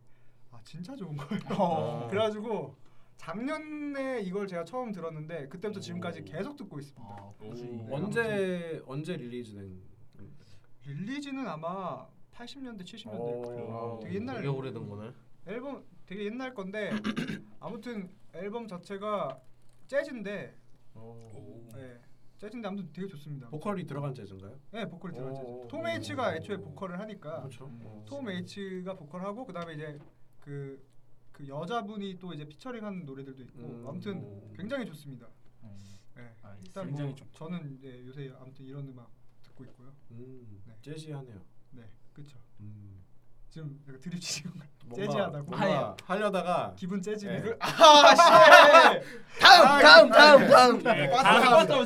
Speaker 1: 아 진짜 좋은 거예요. <laughs> 그래가지고 작년에 이걸 제가 처음 들었는데 그때부터 지금까지 계속 듣고 있습니다.
Speaker 3: 아.
Speaker 5: 음,
Speaker 2: 네.
Speaker 5: 언제 언제 릴리즈된?
Speaker 1: 릴리즈는 아마 80년대 70년대
Speaker 5: 오.
Speaker 1: 어, 아, 되게 옛날
Speaker 3: 되게 오래된 거네.
Speaker 1: 앨범 되게 옛날
Speaker 5: <clears throat>
Speaker 1: 건데 아무튼 앨범 자체가 재즈인데
Speaker 3: 어.
Speaker 5: 음.
Speaker 1: 예 재즈인데 아무튼 되게 좋습니다.
Speaker 5: 보컬이 들어간 재즈인가요?
Speaker 1: 네 보컬이 들어간
Speaker 5: 오.
Speaker 1: 재즈. 톰 H가 애초에 보컬을 하니까
Speaker 5: 그렇죠.
Speaker 4: 음.
Speaker 1: 아, 톰 H가 보컬하고 그다음에 이제 그, 그 여자분이 또 이제 피처링하는 노래들도 있고
Speaker 5: 음. 아,
Speaker 1: 아무튼 굉장히 좋습니다.
Speaker 4: 음.
Speaker 1: 네.
Speaker 2: 알겠습니다.
Speaker 1: 일단
Speaker 2: 굉장히
Speaker 1: 뭐
Speaker 2: 좋죠.
Speaker 1: 저는 이제 요새 아무튼 이런 음악 듣고 있고요.
Speaker 5: 음,
Speaker 1: 네.
Speaker 5: 재즈하네요.
Speaker 1: 네, 그렇죠.
Speaker 5: 음.
Speaker 1: 지금 약간 드립 치는 거
Speaker 5: 뭔가-
Speaker 1: 재즈하다고
Speaker 5: 뭔가 하려다가
Speaker 1: 기분 재즈네. 아,
Speaker 5: 네.
Speaker 3: 다음 다음 다음
Speaker 2: 예,
Speaker 3: 다음.
Speaker 2: 다음 스파타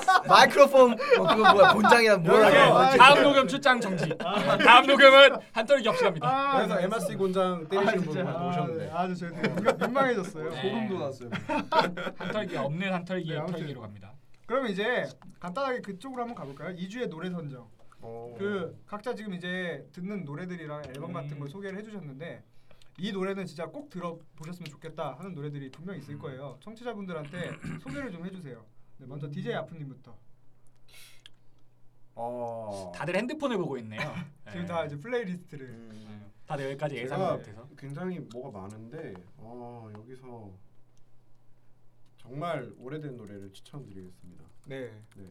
Speaker 2: 스파타.
Speaker 3: 마이크로폰 어, 그거 뭐야 어. 본장이랑 뭐야?
Speaker 1: 아,
Speaker 2: 다음 다음 녹음 출장 정지. 다음 녹음은 한떨기 없이 갑니다.
Speaker 1: 아,
Speaker 5: 그래서 MRC 곤장 때리시는
Speaker 4: 진짜.
Speaker 5: 분
Speaker 1: 아,
Speaker 5: 오셨는데.
Speaker 1: 네. 아주 저희 되게 민- 민망해졌어요.
Speaker 2: 네.
Speaker 1: 소름 돋아.
Speaker 4: 났어요.
Speaker 2: 한떨기 없는 한떨기의
Speaker 1: 네, 아무튼.
Speaker 2: 털기로 갑니다.
Speaker 1: 그럼 이제 간단하게 그쪽으로 한번 가볼까요? 2주의 노래 선정.
Speaker 5: 어.
Speaker 1: 그 각자 지금 이제 듣는 노래들이랑 앨범 같은 걸
Speaker 2: 음.
Speaker 1: 소개를 해주셨는데 이 노래는 진짜 꼭 들어보셨으면 좋겠다 하는 노래들이 분명 있을 거예요. 청취자분들한테 소개를 좀 해주세요. 네, 먼저 DJ 아프님부터.
Speaker 5: 어.
Speaker 2: 다들 핸드폰을 보고 있네요.
Speaker 1: <laughs> 지금
Speaker 2: 예.
Speaker 1: 다 이제 플레이리스트를.
Speaker 5: 음.
Speaker 2: 예. 다들 여기까지 예상
Speaker 5: 제가
Speaker 2: 못해서.
Speaker 5: 굉장히 뭐가 많은데 어, 여기서 정말 오래된 노래를 추천드리겠습니다.
Speaker 1: 네.
Speaker 5: 네.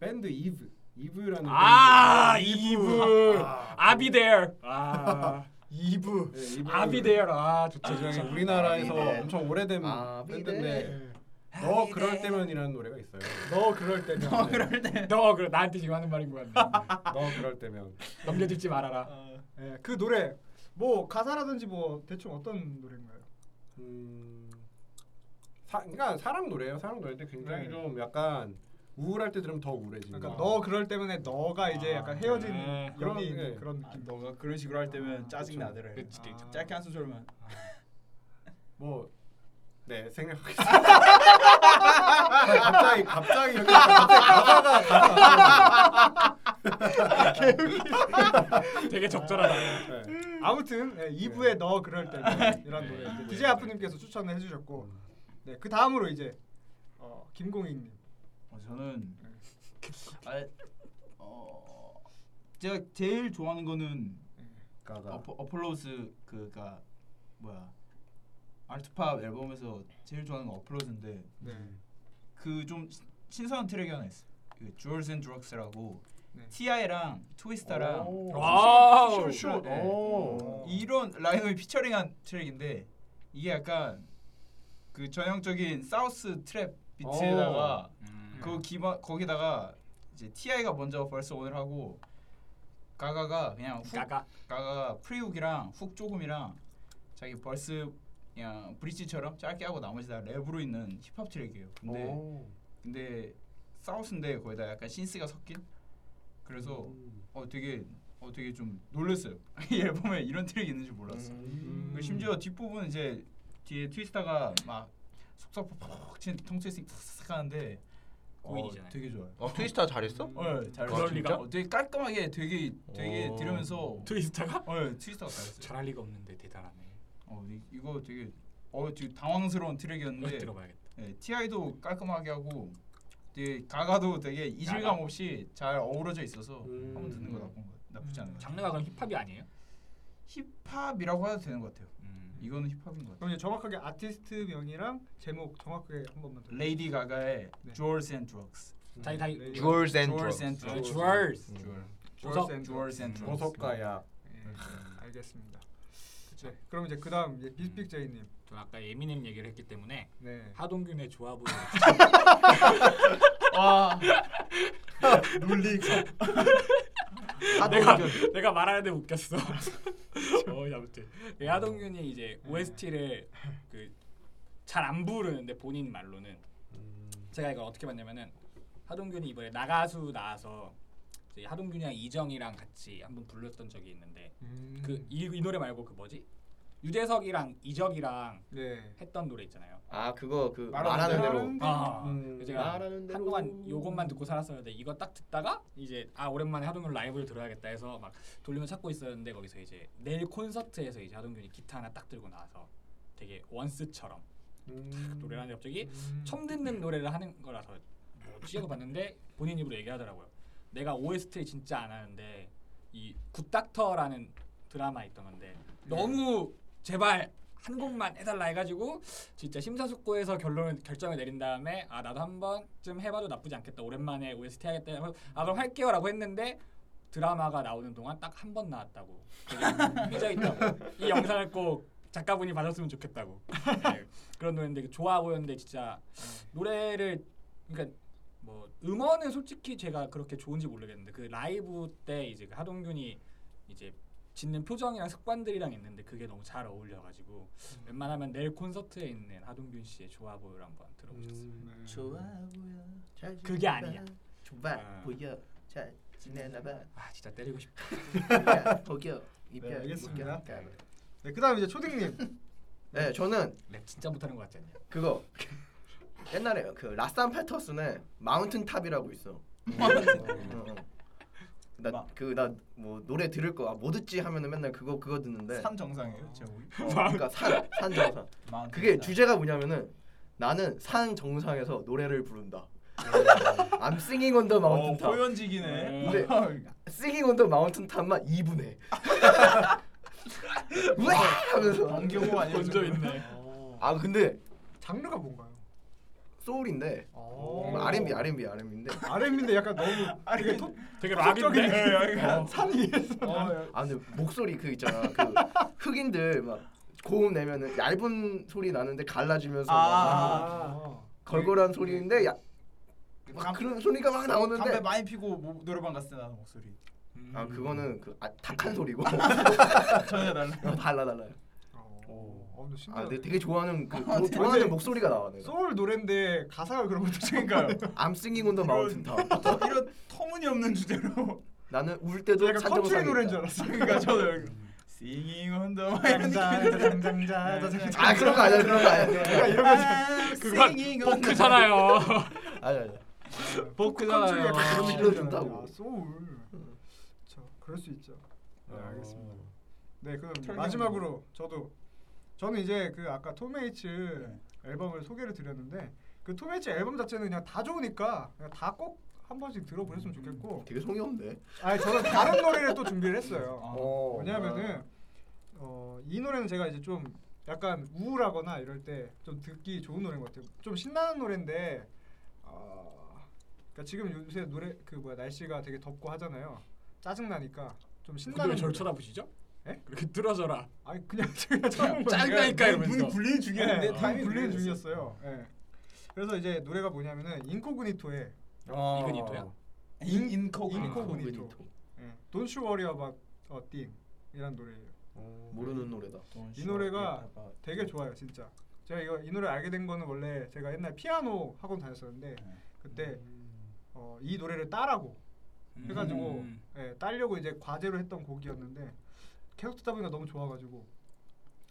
Speaker 5: 밴드 이브 이브라는
Speaker 2: 아
Speaker 5: 밴드.
Speaker 2: 이브 아비데어. 아
Speaker 1: 이브.
Speaker 5: 네, 이브.
Speaker 2: 아비데어. 아 좋죠
Speaker 5: 굉장히
Speaker 2: 좋죠.
Speaker 5: 우리나라에서
Speaker 3: 아비데.
Speaker 5: 엄청 오래된
Speaker 3: 아비데.
Speaker 5: 밴드인데
Speaker 1: 네.
Speaker 5: 너 그럴 때면이라는 노래가 있어요.
Speaker 1: 너 그럴 때. 너 그럴 때.
Speaker 2: 너 그래 나한테 지금 하는 말인 것 같네.
Speaker 5: 너 그럴 때면
Speaker 2: 넘겨듣지 말아라.
Speaker 1: 네, 그 노래 뭐 가사라든지 뭐 대충 어떤 노래인가요?
Speaker 5: 음, 사, 그러니까 사랑 노래예요. 사랑 노래인데 굉장히
Speaker 1: 네.
Speaker 5: 좀 약간 우울할 때 들으면 더 우울해지는.
Speaker 1: 그러니까
Speaker 5: 거.
Speaker 1: 너 그럴 때문에 너가 이제
Speaker 2: 아,
Speaker 1: 약간 헤어진
Speaker 2: 네.
Speaker 1: 연이
Speaker 5: 그런,
Speaker 1: 있는
Speaker 5: 음. 네.
Speaker 1: 그런
Speaker 4: 아,
Speaker 1: 느낌.
Speaker 4: 너가 그런 식으로 할 때면
Speaker 1: 아,
Speaker 4: 짜증
Speaker 5: 그쵸.
Speaker 4: 나더래.
Speaker 2: 그치, 그치.
Speaker 1: 아.
Speaker 4: 짧게 한 소절만.
Speaker 5: 뭐. 네 생각하겠습니다.
Speaker 1: <laughs>
Speaker 5: <laughs> 갑자기 갑자기 여기 갑자기 가사가
Speaker 2: 되게 적절하다.
Speaker 1: 아,
Speaker 5: 네.
Speaker 1: 아무튼 네, 2부에
Speaker 5: 네. 음.
Speaker 1: 너 그럴 때는 뭐 이런 노래 이제 DJ 아프님께서 추천을 해주셨고 네, 그 다음으로 이제 어, 김공익님
Speaker 4: 어, 저는 아, 어, 제가 제일 좋아하는 거는
Speaker 5: 가가
Speaker 4: 어퍼, 어플로스 그가 뭐야 알트팝 앨범에서 제일 좋아하는 건 어플로스인데
Speaker 1: 네.
Speaker 4: 그 좀 신선한 트랙이 하나 있어. 그 Jewels and Drugs라고
Speaker 1: 네.
Speaker 4: T.I.랑 트위스타랑
Speaker 3: 어.
Speaker 2: 와우.
Speaker 5: 쇼쇼
Speaker 4: 네.
Speaker 5: 오.
Speaker 1: 어.
Speaker 4: 이런 라인업이 피처링한 트랙인데 이게 약간 그 전형적인 사우스 트랩 비트에다가
Speaker 2: 음.
Speaker 4: 그 기반 거기다가 이제 T.I.가 먼저 벌써 오늘 하고 가가가 그냥 훅
Speaker 2: 가가.
Speaker 4: 가가 프리훅이랑 훅 조금이랑 자기 벌스 그냥 브릿지처럼 짧게 하고 나머지 다 랩으로 있는 힙합 트랙이에요. 근데
Speaker 5: 오.
Speaker 4: 근데 사우스인데 거기다 약간 신스가 섞인 그래서
Speaker 5: 음.
Speaker 4: 어 되게 어 되게 좀 놀랐어요. <laughs> 이 앨범에 이런 트랙이 있는 줄 몰랐어. 요
Speaker 5: 음.
Speaker 4: 심지어 뒷부분 이제 뒤에 트위스타가 막 속삭 퍽퍽 치는 통트레싱 탁탁 하는데 어,
Speaker 2: 고인이잖아요.
Speaker 4: 되게 좋아요.
Speaker 3: 어 트위스타 잘했어?
Speaker 4: 어, 잘
Speaker 2: 음. 그럴
Speaker 4: 진짜?
Speaker 2: 리가?
Speaker 4: 어, 되게 깔끔하게 되게 되게
Speaker 3: 어.
Speaker 4: 들으면서
Speaker 2: 트위스타가?
Speaker 4: 어, 트위스타가 잘했어요.
Speaker 2: 잘할 리가 없는데 대단하네.
Speaker 4: 어, 이- 이거 되게 어 되게 당황스러운 트랙이었는데
Speaker 2: 이거 들어봐야겠다.
Speaker 4: 네, TI도 깔끔하게 하고 되게 가가도 되게 이질감 없이 잘 어우러져 있어서
Speaker 5: 음.
Speaker 4: 한번 듣는 거 나쁜 거 나쁘지 않은 거 같아요.
Speaker 2: 장르가 그럼 힙합이 아니에요?
Speaker 4: 힙합이라고 해도 되는 것 같아요.
Speaker 2: 음.
Speaker 4: 이거는 힙합인 것 같아요.
Speaker 1: 그럼 이제 정확하게 아티스트 명이랑 제목 정확하게 한 번만 더
Speaker 4: 레이디 가가의
Speaker 1: 네.
Speaker 4: Jewels and Drugs.
Speaker 2: 자기 다
Speaker 1: 네.
Speaker 3: Jewels and
Speaker 4: Jewels and
Speaker 2: 아,
Speaker 4: Drugs.
Speaker 2: 주얼스. 음.
Speaker 4: Jewel.
Speaker 2: 보석.
Speaker 1: 앤
Speaker 4: Jewels and Drugs.
Speaker 5: 보석과 약
Speaker 1: 예, 알겠습니다 네, 그럼 이제 그 다음 이제 비스픽제이님
Speaker 2: 저 아까 에미넴 얘기를 했기 때문에
Speaker 1: 네.
Speaker 2: 하동균의 <laughs> 조합으로 아.
Speaker 4: 와.
Speaker 5: 논리
Speaker 2: 네, 내가 내가 말하는데 웃겼어. 어, 아무튼 네, 하동균이
Speaker 5: 음,
Speaker 2: 이제 OST를 그 잘 안 부르는데 본인 말로는 제가 이걸 어떻게 봤냐면은 하동균이 이번에 나가수 나와서 이제 하동균이랑 이정이랑 같이 한번 불렀던 적이 있는데
Speaker 1: 음.
Speaker 2: 그 이 이 노래 말고 그 뭐지 유재석이랑 이적이랑
Speaker 1: 네.
Speaker 2: 했던 노래 있잖아요.
Speaker 3: 아 그거 그
Speaker 4: 말하는
Speaker 3: 말하는 대로.
Speaker 4: 대로.
Speaker 2: 아,
Speaker 5: 음.
Speaker 2: 제가
Speaker 3: 말하는 대로.
Speaker 2: 한동안 요것만 듣고 살았었는데 이거 딱 듣다가 이제 아 오랜만에 하동균 라이브를 들어야겠다 해서 막 돌리면 찾고 있었는데 거기서 이제 내일 콘서트에서 이제 하동균이 기타 하나 딱 들고 나와서 되게 원스처럼 그
Speaker 5: 음.
Speaker 2: 노래를 하는데 갑자기
Speaker 1: 음.
Speaker 2: 처음 듣는 노래를 하는 거라서 뭐지 하고 봤는데 본인 입으로 얘기하더라고요. 내가 OST 진짜 안 하는데 이 굿닥터라는 드라마 있던 건데 너무 제발 한 곡만 해달라 해가지고 진짜 심사숙고해서 결론을 결정을 내린 다음에 아 나도 한 번쯤 해봐도 나쁘지 않겠다 오랜만에 OST 하겠다 해서 아 그럼 할게요라고 했는데 드라마가 나오는 동안 딱 한 번 나왔다고 되게 삐져 있다고 이 영상을 꼭 작가분이 받았으면 좋겠다고 네, 그런 노래인데 이게 좋아 보였는데 진짜 노래를 그러니까 뭐 음원은 솔직히 제가 그렇게 좋은지 모르겠는데 그 라이브 때 이제 그 하동균이 이제 짓는 표정이랑 습관들이랑 있는데 그게 너무 잘 어울려가지고 웬만하면 내일 콘서트에 있는 하동균 씨의 좋아 보여를 한번 들어보셨어요.
Speaker 5: 음.
Speaker 1: 네.
Speaker 3: 좋아 보여. 잘
Speaker 2: 그게
Speaker 3: 지내나
Speaker 2: 아니야.
Speaker 3: 봐. 좋아
Speaker 2: 아.
Speaker 3: 보여. 잘 지내나봐.
Speaker 2: 아 진짜 때리고 싶다.
Speaker 3: 보여.
Speaker 1: 네,
Speaker 3: 이별.
Speaker 1: 알겠습니다.
Speaker 3: 목격.
Speaker 1: 네, 그다음 이제 초딩님.
Speaker 3: 네 저는
Speaker 2: 랩 진짜 못하는 것 같지 않냐?
Speaker 3: 그거 <laughs> 옛날에 그 라산 팔터스네 마운틴 탑이라고 있어.
Speaker 2: 음.
Speaker 3: 음. 어.
Speaker 4: 마-
Speaker 3: 나그나 뭐 노래 들을 거아뭐 듣지 하면은 맨날 그거 그거 듣는데
Speaker 4: 산 정상이에요 제목이.
Speaker 3: 어, 그러니까 산산 정상
Speaker 4: 마흔
Speaker 3: 그게
Speaker 4: 살.
Speaker 3: 주제가 뭐냐면은 나는 산 정상에서 노래를 부른다. <laughs> I'm singing on the
Speaker 4: 어,
Speaker 3: mountain top.
Speaker 2: 음.
Speaker 4: 호연직이네.
Speaker 3: 근데 singing on the mountain top만 2분 해. 왜 하면서
Speaker 4: 안경호 아니야?
Speaker 2: 먼저 있네.
Speaker 3: 아 근데
Speaker 1: 장르가 뭔가요?
Speaker 3: 소울인데
Speaker 1: 오.
Speaker 3: 어, R&B R&B R&B인데
Speaker 1: RM인데 어, 약간 너무 되게 톱
Speaker 2: 되게 락인데. 어.
Speaker 4: 약간.
Speaker 1: 산이
Speaker 4: 어,
Speaker 3: 아 근데 목소리 그 있잖아 그 흑인들 막 고음 내면은 얇은 소리 나는데 갈라지면서
Speaker 4: 아.
Speaker 3: 막
Speaker 1: 어,
Speaker 3: 걸걸한 소리인데 야, 막
Speaker 4: 담-
Speaker 3: 아, 그런 소리가 막 나오는데
Speaker 4: 담배 많이 피고 뭐, 노래방 갔을 때 나는 목소리
Speaker 3: 아 그거는 그 아, 탁한 소리고
Speaker 4: 전혀 달라.
Speaker 3: 달라 달라요
Speaker 1: 어, 어, 근데 신기하다.
Speaker 3: 아 내가 되게 좋아하는 그 조- 좋아하는 목소리가 나와 내가
Speaker 1: 소울 노래인데 가사가 그런 것도
Speaker 4: 그러니까요.
Speaker 3: I'm singing on the mountain top
Speaker 4: <laughs> 이런 터무니없는 주제로. <laughs>
Speaker 3: 나는 울 때도
Speaker 1: 약간 컨트리
Speaker 3: 산정상이다
Speaker 1: 노래인 줄 알았어.
Speaker 4: 그러니까 저도 여기 Singing on the 네, Wild.
Speaker 1: 아
Speaker 3: 아 그런 거 아니야 그런 거
Speaker 4: 그러니까
Speaker 3: 아니야
Speaker 2: 그건 포크잖아요.
Speaker 3: 아니 아니
Speaker 1: 컨트리
Speaker 2: 어, 포크잖아요.
Speaker 1: 약간 그런
Speaker 3: 실력 준다고.
Speaker 1: 느낌이잖아요. 아, 소울. 자, 그럴 수 있죠. 네, 알겠습니다. 네, 그럼
Speaker 4: 털
Speaker 1: 마지막으로 저도 저는 이제 그 아까 톰메이츠
Speaker 4: 네.
Speaker 1: 앨범을 소개를 드렸는데 그 톰메이츠 앨범 자체는 그냥 다 좋으니까 그냥 다 꼭 한 번씩 들어보셨으면 좋겠고
Speaker 3: 되게 성의 없네
Speaker 1: 아니 저는 다른 노래를 또 준비를 했어요.
Speaker 5: 아,
Speaker 3: 어
Speaker 1: 왜냐하면은 어, 이 노래는 제가 이제 좀 약간 우울하거나 이럴 때 좀 듣기 좋은 노래인 것 같아요. 좀 신나는 노래인데 어, 그러니까 지금 요새 노래 그 뭐야 날씨가 되게 덥고 하잖아요. 짜증 나니까 좀
Speaker 2: 근데
Speaker 1: 신나는
Speaker 2: 왜절
Speaker 1: 노래.
Speaker 2: 쳐다보시죠?
Speaker 1: 에?
Speaker 2: 그렇게
Speaker 1: <laughs>
Speaker 2: 들어져라. 음.
Speaker 1: 아니 그냥 제가 처음
Speaker 2: 짜증나니까 이러면서.
Speaker 4: 눈이 불리는 중이었는데
Speaker 1: 타임
Speaker 4: 타이밍
Speaker 1: 불리는 중이었어요. 예. 그래서 이제 노래가 뭐냐면은 인코그니토의
Speaker 5: 어.
Speaker 2: 이그니토야?
Speaker 4: 인 인코
Speaker 1: 인코그니토. 예. Don't you worry about a thing 이란 노래예요.
Speaker 3: 모르는 노래다
Speaker 1: 이 노래가 되게 좋아요 진짜 제가 이거 이 노래 알게 된 거는 원래 제가 옛날 피아노 학원 다녔었는데
Speaker 4: 네.
Speaker 1: 그때 어, 이 노래를 따라고 해가지고
Speaker 2: 음.
Speaker 1: 예, 따려고 이제 과제로 했던 곡이었는데 계속 듣다 보니까 너무 좋아가지고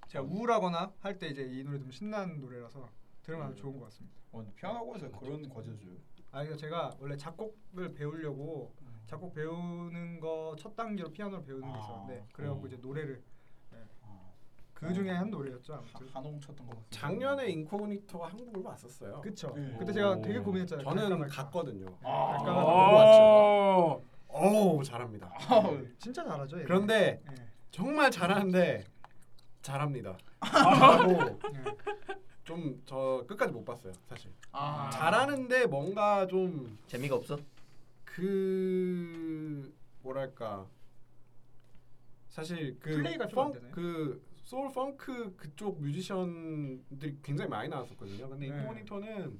Speaker 1: 제가 우울하거나 할 때 이제 이 노래 좀 신나는 노래라서 들으면 아주 좋은 것 같습니다
Speaker 4: 어, 피아노에서 그런 과제 줘요.
Speaker 1: 아 이거 제가 원래 작곡을 배우려고 작곡 배우는 거 첫 단계로 피아노를 배우는 게
Speaker 4: 음. 아.
Speaker 1: 있었는데 그래갖고 이제 노래를 예.
Speaker 4: 아.
Speaker 1: 그 중에 한 노래였죠
Speaker 4: 하-
Speaker 1: 아무튼
Speaker 4: 한홍 쳤던 거. 같은데.
Speaker 5: 작년에 인코그니토가 한국을 왔었어요.
Speaker 1: 그쵸
Speaker 4: 네.
Speaker 1: 그때 제가
Speaker 5: 오.
Speaker 1: 되게 고민했잖아요 갈까
Speaker 5: 저는
Speaker 1: 말까.
Speaker 5: 갔거든요.
Speaker 4: 아.
Speaker 1: 약간
Speaker 5: 너무
Speaker 2: 오.
Speaker 5: 어. 어우 잘합니다.
Speaker 4: 아우,
Speaker 1: 어, 진짜 잘하죠. 얘.
Speaker 5: 그런데
Speaker 1: 예.
Speaker 5: 정말 잘하는데 <laughs> 잘합니다. 네. 그리고
Speaker 1: 예.
Speaker 5: 좀저 끝까지 못 봤어요 사실.
Speaker 4: 아.
Speaker 5: 잘하는데 뭔가
Speaker 3: 재미가 없어
Speaker 5: 좀 그 뭐랄까 사실 그
Speaker 1: 플레이가 좀안
Speaker 5: 펑-
Speaker 1: 되나요?
Speaker 5: 그 소울 펑크 그쪽 뮤지션들이 굉장히 많이 나왔었거든요. 근데
Speaker 1: 네.
Speaker 5: 인코그니토는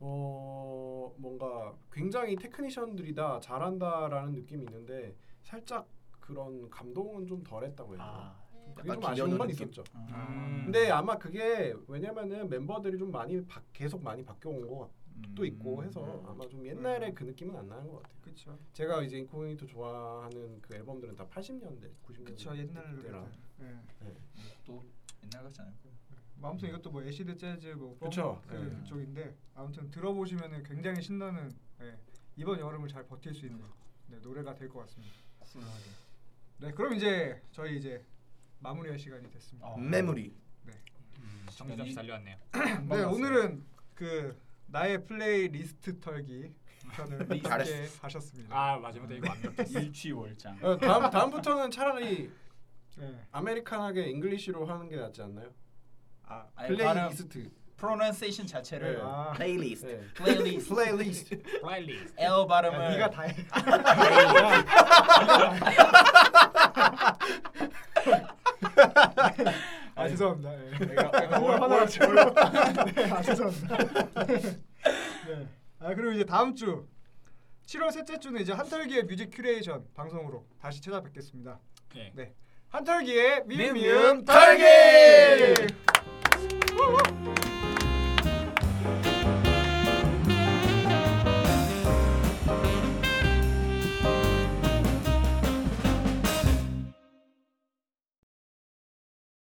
Speaker 5: 어 뭔가 굉장히 테크니션들이다 잘한다라는 느낌이 있는데 살짝 그런 감동은 좀 덜했다고 해요.
Speaker 4: 아.
Speaker 5: 그게
Speaker 3: 약간
Speaker 5: 좀 아쉬운 건
Speaker 3: 기여는 느낌?
Speaker 1: 음.
Speaker 5: 있었죠.
Speaker 4: 아.
Speaker 5: 근데 아마 그게 왜냐면은 멤버들이 좀 많이 바, 계속 많이 바뀌어 온것 또
Speaker 1: 음,
Speaker 5: 있고 해서 아마 좀 옛날에 그 느낌은 안 나는 것 같아요.
Speaker 1: 그렇죠.
Speaker 5: 제가 이제 인코그니토 좋아하는 그 앨범들은 다 80년대, 90년대
Speaker 1: 그렇죠. 옛날 노래라. 예.
Speaker 4: 또 옛날 같지 않을 거예요.
Speaker 1: 뭐 아무튼 이것도 뭐 애시드 재즈 뭐
Speaker 5: 그쵸.
Speaker 1: 그
Speaker 5: 예.
Speaker 1: 그쪽인데 아무튼 들어보시면은 굉장히 신나는 예, 이번 여름을 잘 버틸 수 있는 네, 노래가 될 것 같습니다.
Speaker 5: 음.
Speaker 1: 네, 그럼 이제 저희 이제 마무리할 시간이 됐습니다.
Speaker 2: 아.
Speaker 4: 어.
Speaker 3: 메모리.
Speaker 2: 음. 정신 없이 달려왔네요.
Speaker 1: 네, 오늘은 그 나의 플레이리스트 털기
Speaker 5: <laughs>
Speaker 1: 편을 함께
Speaker 3: 잘했어.
Speaker 1: 하셨습니다.
Speaker 2: 아 마지막에 이거 완벽했어. <laughs> 일취월장.
Speaker 5: 어, 다음 다음부터는 차라리
Speaker 1: 네.
Speaker 5: 아메리칸하게 잉글리시로 하는 게 낫지 않나요?
Speaker 1: 아,
Speaker 4: 아니,
Speaker 5: 플레이
Speaker 4: 발음
Speaker 5: 리스트.
Speaker 4: 프로넌세이션 자체를
Speaker 5: 네.
Speaker 1: 아,
Speaker 3: <laughs> 플레이리스트.
Speaker 5: 네.
Speaker 4: 플레이리스트
Speaker 3: 플레이리스트.
Speaker 2: 플레이리스트.
Speaker 4: L
Speaker 1: 야,
Speaker 4: 발음을
Speaker 1: 네가 다 해. 아 죄송합니다. 예.
Speaker 4: 네. 내가 내가
Speaker 1: 뭘
Speaker 4: 뭘-
Speaker 1: 하나
Speaker 4: 뭘-
Speaker 1: 줄. <laughs> 네, 아 죄송합니다. 네. 아 그리고 이제 다음 주 7월 셋째 주는 이제 한털기의 뮤직 큐레이션 방송으로 다시 찾아뵙겠습니다.
Speaker 2: 네.
Speaker 1: 네. 한털기의 미음
Speaker 3: 미음
Speaker 1: 미음
Speaker 3: 털기!